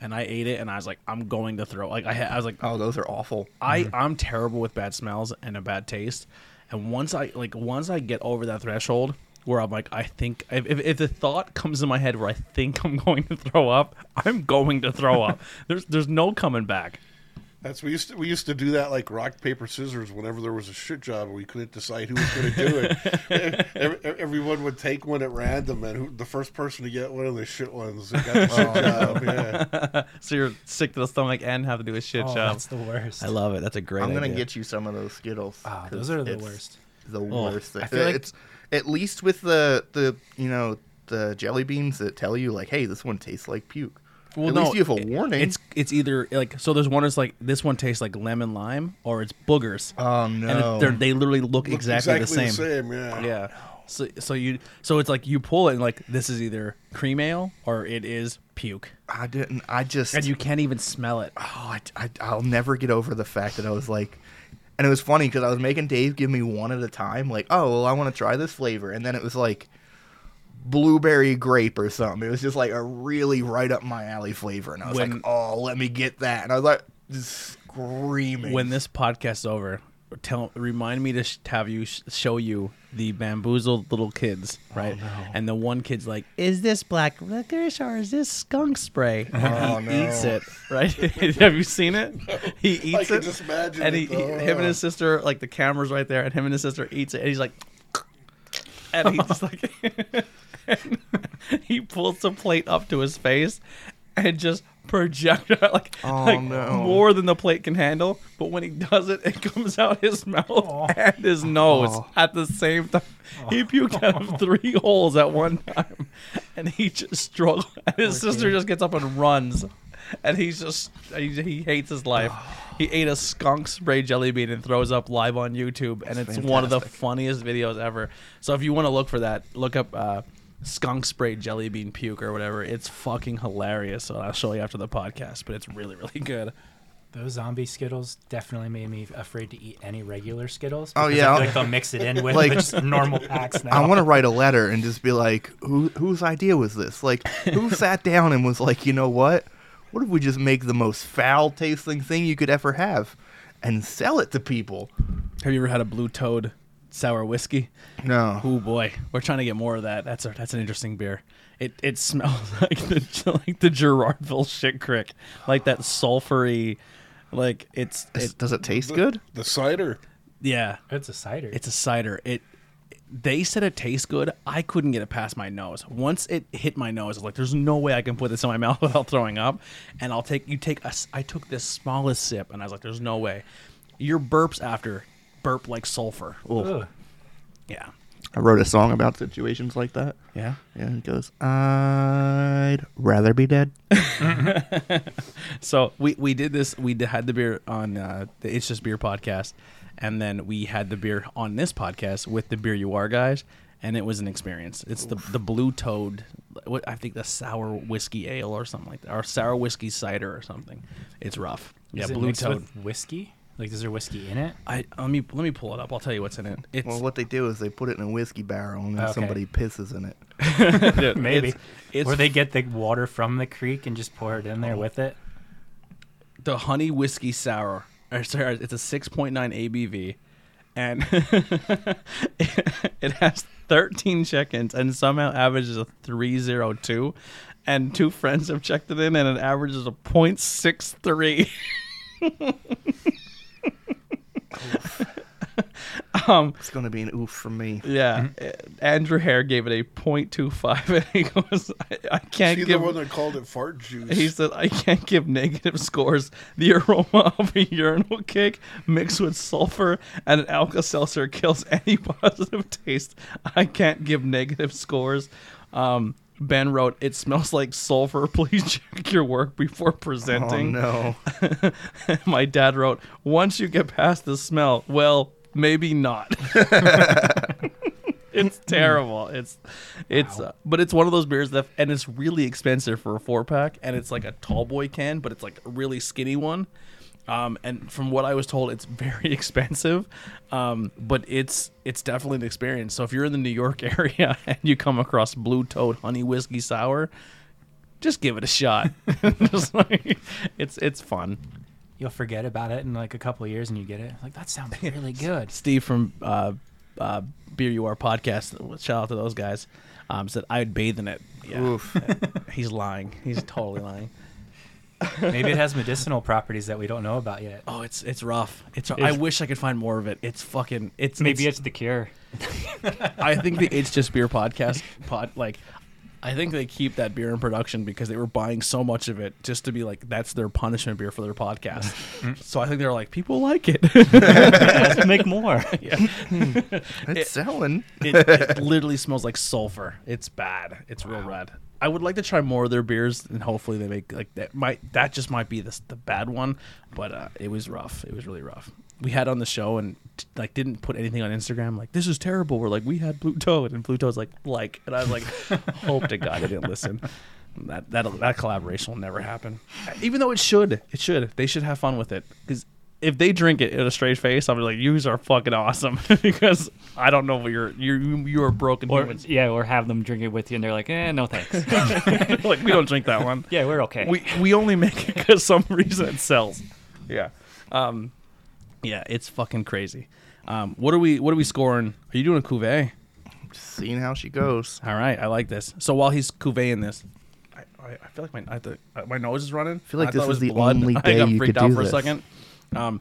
and I ate it, and I was like, I'm going to throw. Like I ha- I was like, uh, Oh, those are awful. I I'm terrible with bad smells and a bad taste, and once I like once I get over that threshold where I'm like I think if, if, if the thought comes in my head where I think I'm going to throw up, I'm going to throw up. There's there's no coming back. That's we used to we used to do that like rock paper scissors whenever there was a shit job and we couldn't decide who was going to do it. Every- Everyone would take one at random and who, the first person to get one of the shit ones that got the shit job. Yeah. So you're sick to the stomach and have to do a shit Oh, job. that's the worst. I love it. That's a great. I'm gonna idea. get you some of those Skittles. Oh, 'cause those are the it's worst. The worst thing. I feel like- it's at least with the the you know the jelly beans that tell you like, hey, this one tastes like puke. Well, at no, least you have a it- warning. It's it's either like so. There's one that's like this one tastes like lemon lime, or it's boogers. oh and no. it, they're- they literally look, Looked exactly, the same. yeah. Yeah. So so you so it's like you pull it and like this is either cream ale or it is puke, I didn't. I just. and you can't even smell it. oh, I, I, will never get over the fact that I was like, and it was funny because I was making Dave give me one at a time, like, oh, well, I want to try this flavor. And then it was like blueberry grape or something. It was just like a really right up my alley flavor. And I was When- like, oh, let me get that. And I was like, just screaming. When this podcast's over, tell remind me to sh- have you sh- show you the bamboozled little kids, Oh, right? And the one kid's like, "Is this black licorice or is this skunk spray?" Oh, And he eats no. it, right? have you seen it? He eats I can it. just imagine and it, he, he- though. him and his sister, like the camera's right there, and him and his sister eats it, and he's like, and he's just like, and he pulls the plate up to his face, and just projectile like, Oh, like no. more than the plate can handle. But when he does it, it comes out his mouth and his nose Aw. at the same time. He puked out of three holes at one time, and he just struggled. And his sister just gets up and runs, and he's just he, he hates his life. He ate a skunk spray jelly bean and throws up live on YouTube, and it's one of the funniest videos ever. So if you want to look for that, look up uh, skunk spray jelly bean puke or whatever. It's fucking hilarious. So I'll show you after the podcast, but it's really really good. Those zombie Skittles definitely made me afraid to eat any regular Skittles. Oh, because yeah, I I'll- feel like they'll mix it in with Like- just normal packs now. I want to write a letter and just be like, "Who whose idea was this? Like, who sat down and was like, you know what? What if we just make the most foul tasting thing you could ever have, and sell it to people?" Have you ever had a blue toad sour whiskey? No, Oh boy, we're trying to get more of that. That's a, that's an interesting beer. It it smells like the like the Gerardville shit crick, like that sulfury, like it's Is- it, does it taste good? The cider. yeah. It's a cider. It's a cider. It they said it tastes good. I couldn't get it past my nose. Once it hit my nose, I was like, "There's no way I can put this in my mouth without throwing up." And I'll take you take a s- I took the smallest sip, and I was like, "There's no way." Your burps after burp like sulfur. Ugh. Yeah, I wrote a song about situations like that. yeah. Yeah, it goes, "I'd rather be dead." So we we did this. We did, had the beer on uh, the It's Just Beer podcast, and then we had the beer on this podcast with the beer you are guys, and it was an experience. It's the the Blue Toad, what I think the sour whiskey ale or something like that, or sour whiskey cider or something. It's rough. Is yeah, it Blue mixed Toad. with whiskey? Like, is there whiskey in it? I let me let me pull it up. I'll tell you what's in it. It's Well, what they do is they put it in a whiskey barrel and then Okay. somebody pisses in it. Maybe. it's Oh. or they get the water from the creek and just pour it in there with it. the honey whiskey sour. Or sorry, it's a 6.9 ABV, and it has 13 check-ins, and somehow averages a 302. And two friends have checked it in, and it averages a 0.63. It's gonna be an oof from me. Um, yeah, Mm-hmm. Andrew Hare gave it a 0.25, and he goes, "I, I can't See the give." one that called it fart juice. He said, I can't give negative scores. The aroma of a urinal cake mixed with sulfur and an Alka Seltzer kills any positive taste. I can't give negative scores. Um, ben wrote, It smells like sulfur. Please check your work before Oh presenting. no! My dad wrote, Once you get past the smell, well, maybe not. it's terrible. It's, it's, uh, but it's one of those beers that, and it's really expensive for a four pack, and it's like a tall boy can, but it's like a really skinny one. Um, and from what I was told, it's very expensive, um, but it's it's definitely an experience. So if you're in the New York area and you come across Blue Toad Honey Whiskey Sour, just give it a shot. Just like- it's it's fun. You'll forget about it in like a couple of years and you get it. Like, that sounds really good. Steve from uh, uh, Beer You Are podcast. Shout out to those guys. Um, said I'd bathe in it. Yeah. Oof. He's lying. He's totally lying. Maybe it has medicinal properties that we don't know about yet. Oh, it's it's rough. It's. I It's- wish I could find more of it. It's fucking. It's Maybe It's, it's the cure. I think the it's just beer podcast pod like. I think they keep that beer in production because they were buying so much of it just to be like that's their punishment beer for their podcast. so I think they're like people like it. Let's make more. It's selling. it, it literally smells like sulfur. It's bad. It's real red. I would like to try more of their beers, and hopefully they make like that. Might that just might be the the bad one, but uh, it was rough. It was really rough. We had on the show and t- like didn't put anything on Instagram. Like this is terrible. We're like we had Blue Toad, and Blue Toad's like like, and I was like, hope to God they didn't listen. That that that collaboration will never happen. Even though it should, it should. They should have fun with it because if they drink it in a straight face, I'll be like, "Yous are fucking awesome," because I don't know what you're you you are broken Or humans. yeah, or have them drink it with you, and they're like, eh, no thanks. like we don't drink that one. yeah, we're okay. We we only make it because some reason it sells. Yeah, um, yeah, it's fucking crazy. Um, what are we what are we scoring? Are you doing a cuvee? Seeing how she goes. All right, I like this. So while he's cuveeing this. I, I I feel like my I have to- uh, my nose is running. I feel like thought this it is was the blood. only I day got you freaked could out do for a this. second. Um,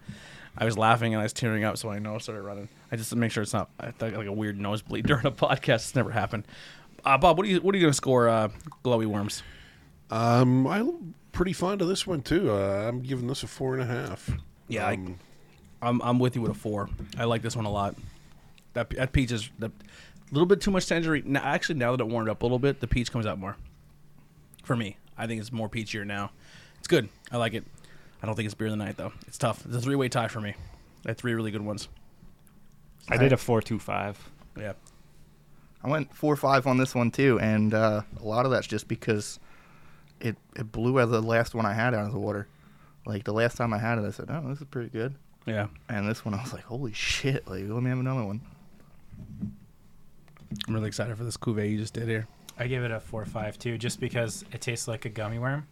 I was laughing and I was tearing up, so my nose started running. I just to make sure it's not I thought I got like a weird nosebleed during a podcast. It's never happened. Uh, Bob, what are you what are you gonna score? Uh, glowy worms. Um, I'm pretty fond of this one too. Uh, I'm giving this a four and a half. Yeah, I- um, I'm I'm with you with a four. I like this one a lot. That that peach is the- a little bit too much tangerine. Now, actually, now that it warmed up a little bit, the peach comes out more. For me, I think it's more peachier now. It's good. I like it. I don't think it's beer of the night though. It's tough. It's a three way tie for me. I had three really good ones. I did a four two five. Yeah. I I went four or five on this one too, and uh, a lot of that's just because it it blew out of the last one I had out of the water. Like the last time I had it, I said, "Oh, this is pretty good," Yeah, and this one I was like, "Holy shit!" Like, let me have another one. I'm really excited for this cuvee you just did here. I give it a four five too, just because it tastes like a gummy worm.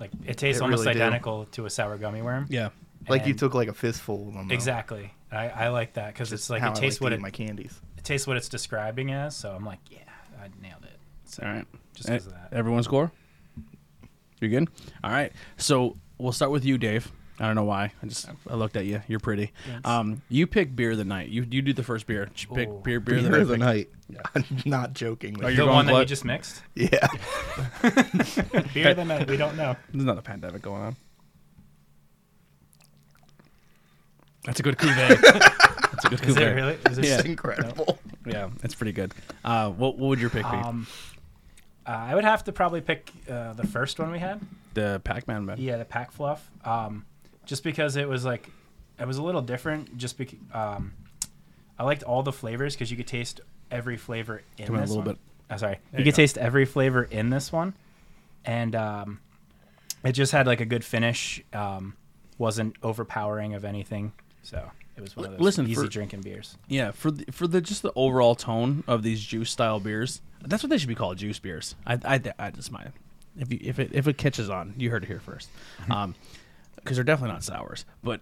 Like it tastes It almost really do. identical to a sour gummy worm. Yeah, Like you And- took like a fistful of them. though. Exactly. I, I like that because Just it's like how I it tastes to what eat it, my candies. it tastes what it's describing as. So I'm like, yeah, I nailed it. So, all right. Just because of that. Eh, Everyone score. You good? All right. So we'll start with you, Dave. I don't know why. I just I looked at you. You're pretty. Thanks. Oh. Um, you pick beer of the night. You you do the first beer. Ch- Pick Ooh. beer beer, Beer of the of the night. night. I'm not joking. Are With you The Oh, going one that you blood- just mixed? you. Yeah. Beer the night. We don't know. There's not a pandemic going on. That's a good cuvee. That's a good cuvee. eh? Is it really? Is it Yeah. It's incredible. Yeah, that's pretty good. Uh, what what would your pick be? Um, uh, I would have to probably pick uh, the first one we had. the Pac-Man man. Yeah, the pack fluff. Um, just because it was like, it was a little different. Just because um, I liked all the flavors because you could taste every flavor in Come on a this little one. bit. Oh, sorry, There you you could go. taste every flavor in this one, and um, it just had like a good finish. Um, wasn't overpowering of anything, so it was one L- of those listen, easy for- drinking beers. Yeah, for the, for the just the overall tone of these juice style beers, that's what they should be called, juice beers. I I, I just my if you if it if it catches on, you heard it here first, um, because they're definitely not sours, but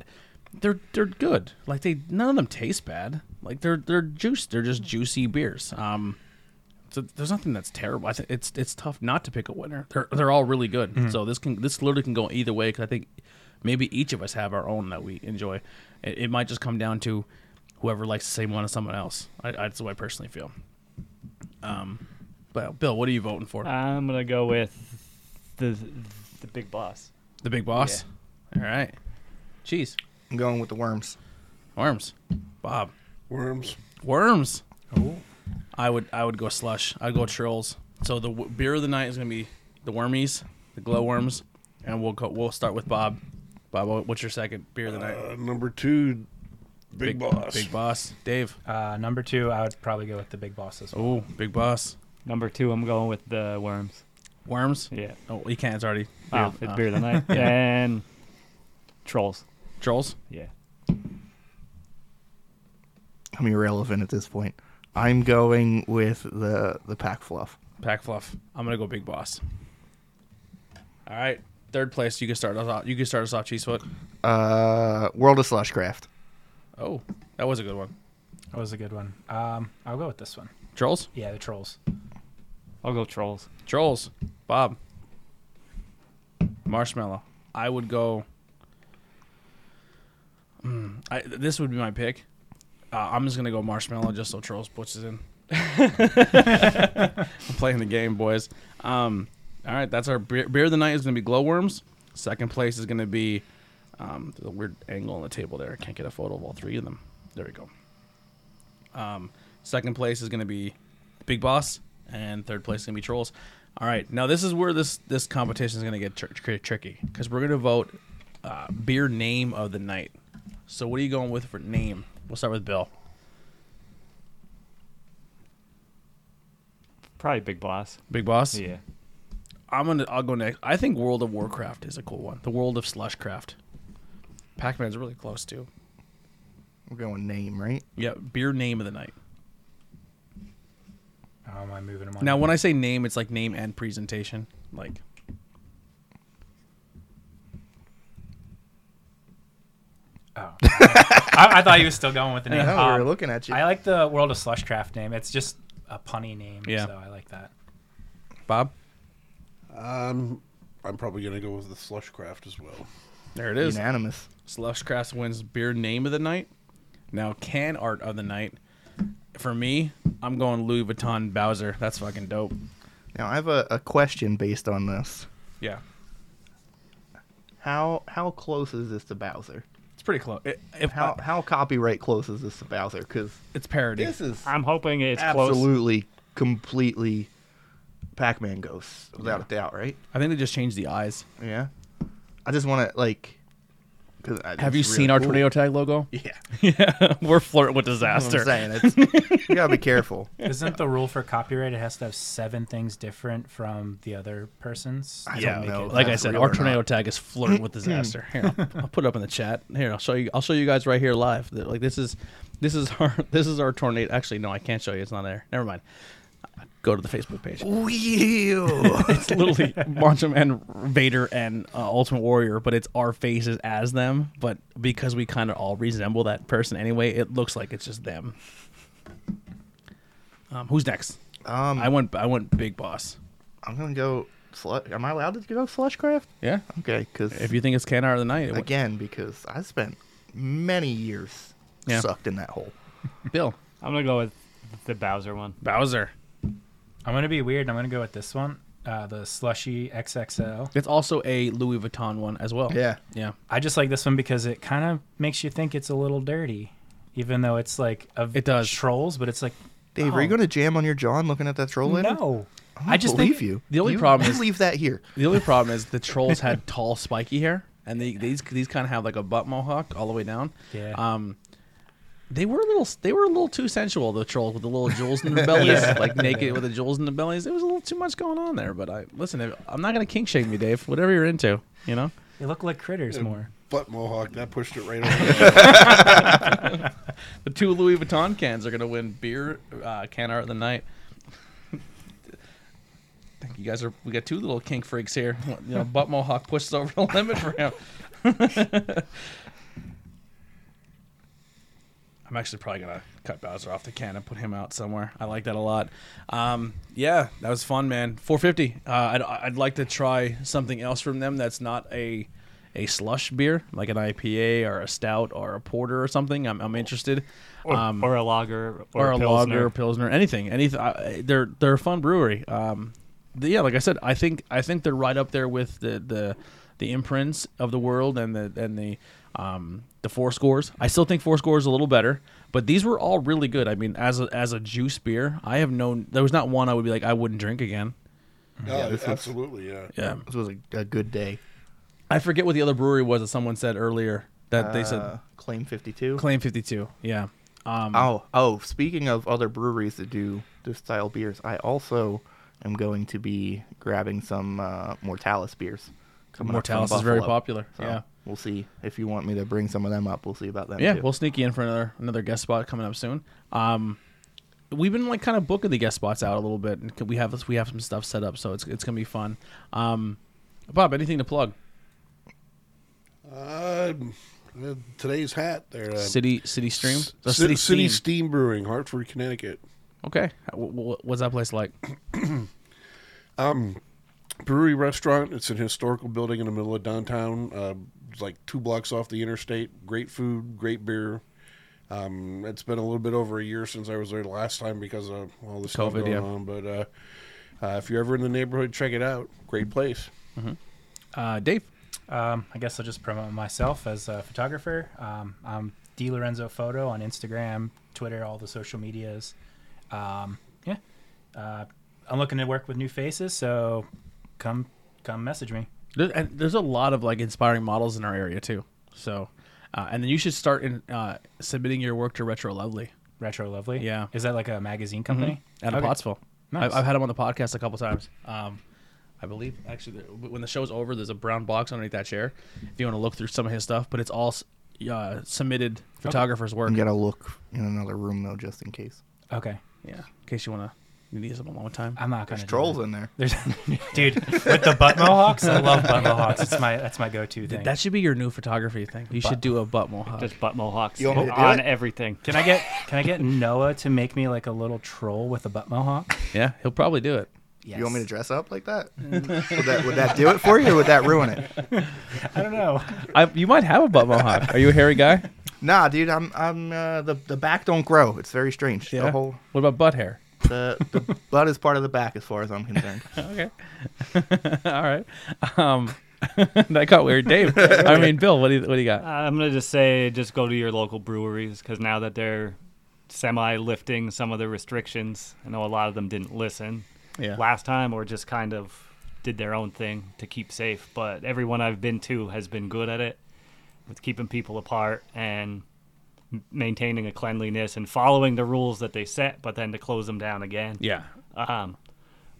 they're they're good. Like they none of them taste bad. Like they're they're juice. They're just juicy beers. Um, so there's nothing that's terrible. I think it's it's tough not to pick a winner. They're they're all really good. So this can this literally can go either way because I think maybe each of us have our own that we enjoy. It, it might just come down to whoever likes the same one as someone else. I, I, that's what I personally feel. Um, but Bill, what are you voting for? I'm gonna go with the the big boss. the big boss. All right, cheese, I'm going with the worms. worms, Bob, Worms. worms. Oh. I would I would go slush. I'd go trolls. So the w- beer of the night is gonna be the wormies, the glowworms, and we'll go, we'll start with Bob. Bob, what- what's your second beer of the night? Uh, number two, Big, Boss. Big boss. Dave. Uh, number two, I would probably go with the big boss as well. Oh, big boss. Number two, I'm going with the worms. Worms. Yeah. Oh, you can't. It's already. beer- Wow, Ah, it's uh, beer of the night. and trolls. Trolls. Yeah. I'm irrelevant at this point. I'm going with the the pack fluff. Pack fluff. I'm gonna go big boss. All right. Third place. You can start us off. You can start us off. Cheesefoot. Uh, World of Slushcraft. Oh, that was a good one. That was a good one. Um, I'll go with this one. Trolls. Yeah, the trolls. I'll go trolls. Trolls. Bob. Marshmallow. I would go. Mm, I, this would be my pick. Uh, I'm just gonna go marshmallow just so trolls puts it in. I'm playing the game, boys. Um, all right, that's our beer, beer of the night is gonna be glowworms. Second place is gonna be um, there's a weird angle on the table there. I can't get a photo of all three of them. There we go. Um, second place is going to be Big Boss, and third place is going to be Trolls. All right, now this is where this this competition is going to get tr- tr- tricky because we're going to vote uh, beer name of the night. So what are you going with for name? We'll start with Bill. Probably big boss. Big Boss. Yeah. I'm gonna. I'll go next. I think World of Warcraft is a cool one. The World of Slushcraft. Pac-Man's really close too. We're going name, right? Yeah, beer name of the night. How Oh, am I moving them on? Now, when I say name, it's like name and presentation. Like, Oh. I, I thought he was still going with the name. No, we Um, were looking at you. I like the World of Slushcraft name. It's just a punny name, Yeah. so I like that. Bob. Um, I'm probably going to go with the Slushcraft as well. There it is. Unanimous. Slushcraft wins beer name of the night. Now can art of the night. For me, I'm going Louis Vuitton Bowser. That's fucking dope. Now I have a, a question based on this. Yeah, How how close is this to Bowser? it's pretty close. It, if How Uh, how copyright close is this to Bowser? Because it's parody. this is I'm hoping it's close. absolutely completely Pac-Man ghosts without a doubt, right? I think they just changed the eyes. Yeah. I just want to like Cause I- Have you it's really seen our cool. tornado tag logo? Yeah, Yeah, we're flirting with that's what disaster. I'm saying. It's, you gotta be careful. Isn't the rule for copyright it has to have seven things different from the other person's? I to yeah, don't know if like I that's said, real our or not. tornado tag is flirting with disaster. Here, I'll, I'll put it up in the chat. Here, I'll show you. I'll show you guys right here live. That, Like this is, this is our this is our tornado. Actually, no, I can't show you. It's not there. Never mind. Go to the Facebook page. Wheel. It's literally Macho Man, Vader, and uh, Ultimate Warrior, but it's our faces as them. But because we kind of all resemble that person anyway, it looks like it's just them. Um, who's next? um, I went. I went Big Boss. I'm gonna go. Slush. Am I allowed to go Slushcraft? Yeah. Okay, because If you think it's Can Hour of the Night, it went- again, because I spent many years Yeah. sucked in that hole. Bill I'm gonna go with the Bowser one. Bowser. I'm gonna be weird. I'm gonna go with this one, uh, the slushy XXL. It's also a Louis Vuitton one as well. Yeah. Yeah. I just like this one because it kind of makes you think it's a little dirty, even though it's like of It does. trolls, but it's like oh, Dave, are you gonna jam on your John looking at that troll? later? no. I, don't I just believe think you. the only You- problem you is- leave that here. The only problem is the trolls had tall, spiky hair, and they, these these kind of have like a butt mohawk all the way down. Yeah. Um, they were a little they were a little too sensual. The trolls with the little jewels in their bellies, like naked with the jewels in the bellies. It was a little too much going on there. But I listen. if- I'm not gonna kink shame you, Dave. Whatever you're into, you know. They look like critters more. Butt mohawk that pushed it right over. The two Louis Vuitton cans are gonna win beer uh, can art of the night. Thank you guys are. We got two little kink freaks here. You know, butt mohawk pushes over the limit for him. I'm actually probably gonna cut Bowser off the can and put him out somewhere. I like that a lot. Um, yeah, that was fun, man. 450. Uh, I'd, I'd like to try something else from them that's not a a slush beer, like an IPA or a stout or a porter or something. I'm, I'm interested. Or, um, or a lager or, or, a Pilsner. lager, pilsner, anything, anything. I, they're they're a fun brewery. Um, the- yeah, like I said, I think I think they're right up there with the the the imprints of the world and the and the um the four scores. I still think four scores a little better, but these were all really good. I mean, as a, as a juice beer, I have known there was not one I would be like I wouldn't drink again. yeah, this looks- absolutely. Yeah. Yeah, This was a, a good day. I forget what the other brewery was that someone said earlier that they Uh, said claim 52. Claim Fifty Two. Yeah. Um, Oh, oh. Speaking of other breweries that do this style beers, I also am going to be grabbing some uh, Mortalis beers. coming up from Mortalis is very Buffalo. popular. So yeah. we'll see if you want me to bring some of them up. We'll see about them. Yeah, too. we'll sneak you in for another another guest spot coming up soon. Um, we've been like kind of booking the guest spots out a little bit, and we have we have some stuff set up, so it's it's gonna be fun. Um, Bob, anything to plug? Uh, today's hat there. Uh, City City Stream, C- The City, Steam. Steam Brewing, Hartford, Connecticut. Okay, w- w- what's that place like? brewery restaurant. It's an historical building in the middle of downtown, uh, it's like two blocks off the interstate. Great food, great beer. Um, it's been a little bit over a year since I was there the last time because of all the stuff COVID, going yeah. on. But uh, uh, if you're ever in the neighborhood, check it out. Great place. Uh, Dave, Um, I guess I'll just promote myself as a photographer. Um, I'm D Lorenzo Photo on Instagram, Twitter, all the social medias. Um, yeah, uh, I'm looking to work with new faces, so come come message me. there, and there's a lot of like inspiring models in our area too. So, uh, and then you should start in uh, submitting your work to Retro Lovely Retro Lovely. Yeah. Mm-hmm. is that like a magazine company? out of Okay. Pottsville. Nice. I've, I've had him on the podcast a couple times. Um, I believe actually there- when the show's over, there's a brown box underneath that chair. If you want to look through some of his stuff, but it's all s- uh, submitted photographer's work. You gotta look in another room though, just in case. Okay, Yeah, in case you want to need some at one time. I'm not gonna There's do trolls that. in there. There's, dude, with the butt mohawks, I love butt mohawks. It's my that's my go-to thing. That should be your new photography thing. You should do a butt mohawk. Just butt mohawks You want me to do on it? everything. can I get can I get Noah to make me like a little troll with a butt mohawk? yeah, he'll probably do it. Yes. You want me to dress up like that? Mm. would that would that do it for you, or would that ruin it? I don't know. I, you might have a butt mohawk. Are you a hairy guy? Nah, dude, I'm I'm uh, the the back don't grow. It's very strange. The whole What about butt hair? the, the butt is part of the back as far as I'm concerned. Okay. all right. Um, that got weird, Dave. I mean, Bill. What do you, what do you got? I'm gonna just say, just go to your local breweries because now that they're semi lifting some of the restrictions, I know a lot of them didn't listen Yeah. last time or just kind of did their own thing to keep safe. But everyone I've been to has been good at it, with keeping people apart and m- maintaining a cleanliness and following the rules that they set, but then to close them down again. Yeah. Um,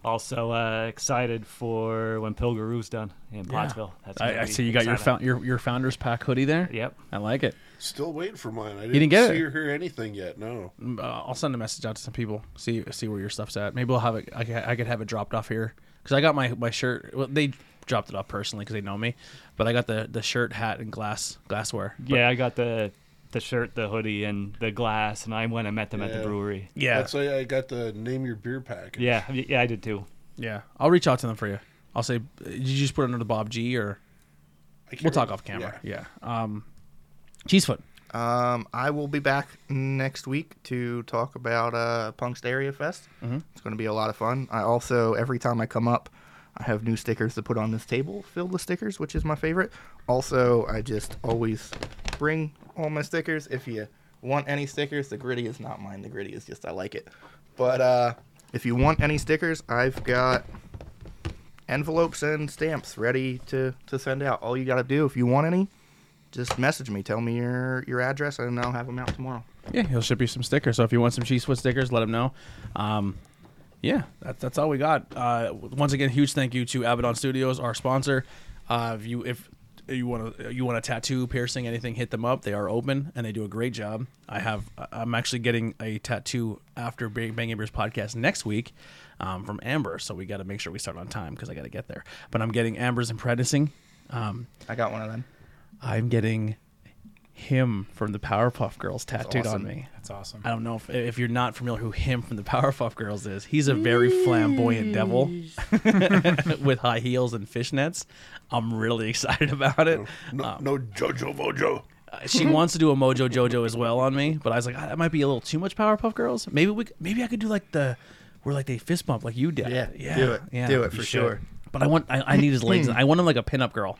also uh, excited for when Pilgaroo's done in Pottsville. That's I, gonna I be see you got your, exciting. found, your your founders pack hoodie there. Yep. I like it. Still waiting for mine. I didn't, didn't get see it. or hear anything yet. No. Mm, Uh, I'll send a message out to some people. See see where your stuff's at. Maybe we'll have it. I, ca- I could have it dropped off here because I got my my shirt. Well, they dropped it off personally because they know me, but I got the the shirt, hat, and glass glassware. But- Yeah, I got the the shirt, the hoodie, and the glass, and I went and met them at the Yeah. brewery. yeah, That's why I got the name your beer package. Yeah, I- yeah, I did too. yeah. I'll reach out to them for you. I'll say, did you just put it under the Bob G or? I can't We'll talk remember- off camera. Yeah. Yeah. Um, Cheesefoot. Um, I will be back next week to talk about uh, Punk's Area Fest. It's going to be a lot of fun. I also, every time I come up, I have new stickers to put on this table filled with stickers, which is my favorite. Also, I just always bring all my stickers. If you want any stickers, the gritty is not mine. The gritty is just I like it. But uh, if you want any stickers, I've got envelopes and stamps ready to, to send out. All you got to do if you want any, just message me. Tell me your your address, and I'll have them out tomorrow. Yeah, he'll ship you some stickers. So if you want some Cheesefoot stickers, let him know. Um, yeah, that, that's all we got. Uh, once again, huge thank you to Abaddon Studios, our sponsor. Uh, if you if you want to you want a tattoo, piercing, anything, hit them up. They are open and they do a great job. I have I'm actually getting a tattoo after Bang Bang Amber's podcast next week um, from Amber, so we got to make sure we start on time because I got to get there. But I'm getting Amber's apprenticing. Um, I got one of them. I'm getting him from the Powerpuff Girls tattooed awesome. on me. That's awesome. I don't know if, if you're not familiar who him from the Powerpuff Girls is. He's a very flamboyant devil with high heels and fishnets. I'm really excited about Oh. it. No, Um, no Jojo Mojo. Uh, She wants to do a Mojo Jojo as well on me, but I was like, "Ah, that might be a little too much Powerpuff Girls. Maybe we, c- maybe I could do like the where like they fist bump like you did. yeah, do it, yeah. do it for should. sure. Hmm. But I want, I, I need his legs. I want him like a pinup girl.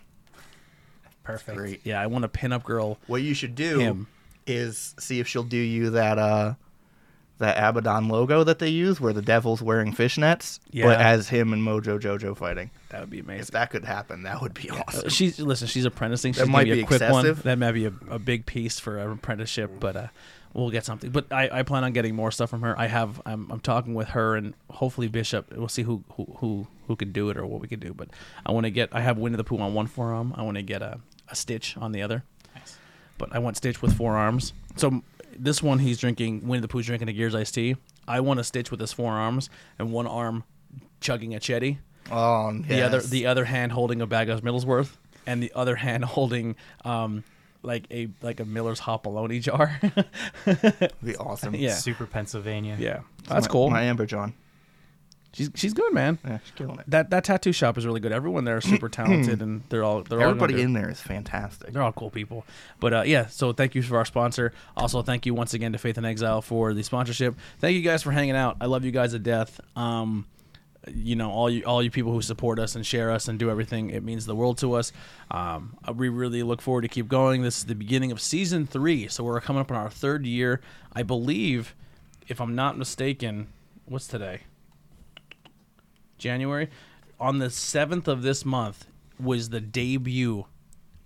Perfect. Great. Yeah, I want a pinup girl. What you should do Him. is see if she'll do you that uh that Abaddon logo that they use, where the devil's wearing fishnets, Yeah. but as him and Mojo Jojo fighting. That would be amazing. If that could happen, that would be Uh, awesome. She's listen. She's apprenticing. She's That gonna might be a be quick one. excessive. That might be a, a big piece for an apprenticeship, but uh, we'll get something. But I, I plan on getting more stuff from her. I have. I'm, I'm talking with her and hopefully Bishop. We'll see who who who, who can do it or what we can do. But I want to get. I have Winnie the Pooh on one forearm. I want to get a, a Stitch on the other. Nice. But I want Stitch with four arms. So this one he's drinking. Winnie the Pooh's drinking a Gears iced tea. I want a Stitch with his four arms and one arm chugging a Chetty Oh, the yes. other the other hand holding a bag of Middlesworth, and the other hand holding um like a like a Miller's hot bologna jar. be awesome. yeah, Super Pennsylvania. yeah, that's My- cool. My Amber John, she's she's good, man. yeah, she's killing it. That that tattoo shop is really good. Everyone there is super talented, and they're all they're all Everybody gonna do- in there is fantastic. They're all cool people. But uh, yeah, so thank you for our sponsor. Also, thank you once again to Faith in Exile for the sponsorship. Thank you guys for hanging out. I love you guys to death. Um, you know, all you all you people who support us and share us and do everything, it means the world to us. Um, we really look forward to keep going. This is the beginning of season three, so we're coming up on our third year. I believe, if I'm not mistaken, what's today? January. On the seventh of this month was the debut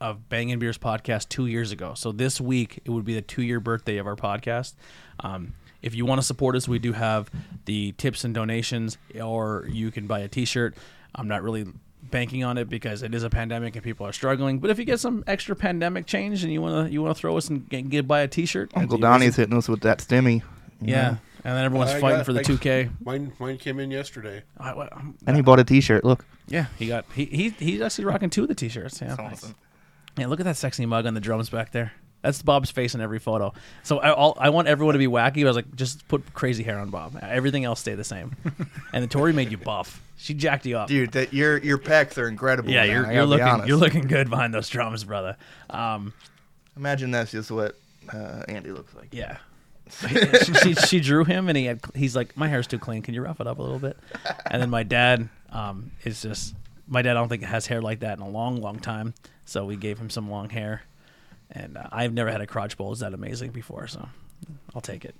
of Bang and Beers podcast two years ago. So this week it would be the two year birthday of our podcast. Um, if you want to support us, we do have the tips and donations, or you can buy a t shirt. I'm not really banking on it because it is a pandemic and people are struggling. But if you get some extra pandemic change and you wanna you wanna throw us and get, get buy a t shirt, Uncle Donnie's hitting us with that stimmy. you yeah. know. And then everyone's I fighting got- for the I- 2K. Mine, mine came in yesterday. I, I'm- And he bought a T-shirt. Look, yeah, he got he, he he's actually rocking two of the t-shirts. Yeah, That's awesome. Yeah, look at that sexy mug on the drums back there. That's Bob's face in every photo. So I all, I want everyone to be wacky. I was like, just put crazy hair on Bob. Everything else stay the same. and the Tori made you buff. She jacked you up. dude, that your your pecs are incredible. yeah, man. I you're, gotta you're be looking honest. you're looking good behind those drums, brother. Um, Imagine that's just what uh, Andy looks like. yeah. she, she, she drew him, and he had. He's like, my hair's too clean. Can you rough it up a little bit? And then my dad um, is just. My dad, I don't think has hair like that in a long, long time. So we gave him some long hair, and uh, I've never had a crotch bulge that amazing before. So I'll take it.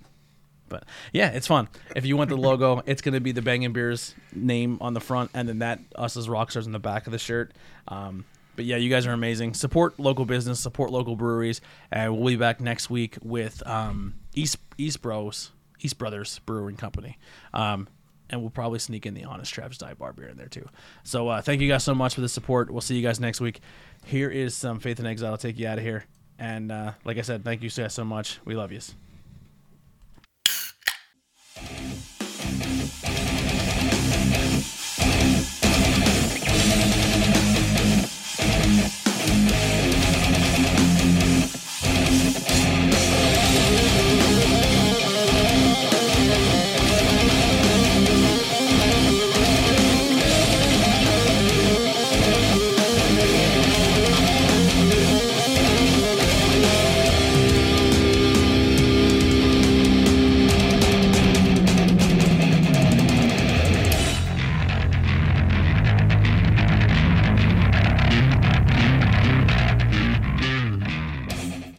But yeah, it's fun. If you want the logo, it's gonna be the Bangin' Beers name on the front, and then that us as rockstars in the back of the shirt. Um, But yeah, you guys are amazing. Support local business, support local breweries, and we'll be back next week with um, East East Bros East Brothers Brewing Company, um, and we'll probably sneak in the Honest Travis Diet Bar beer in there too. So uh, thank you guys so much for the support. We'll see you guys next week. Here is some Faith and Exile. I'll take you out of here, and uh, like I said, thank you guys so much. We love yous.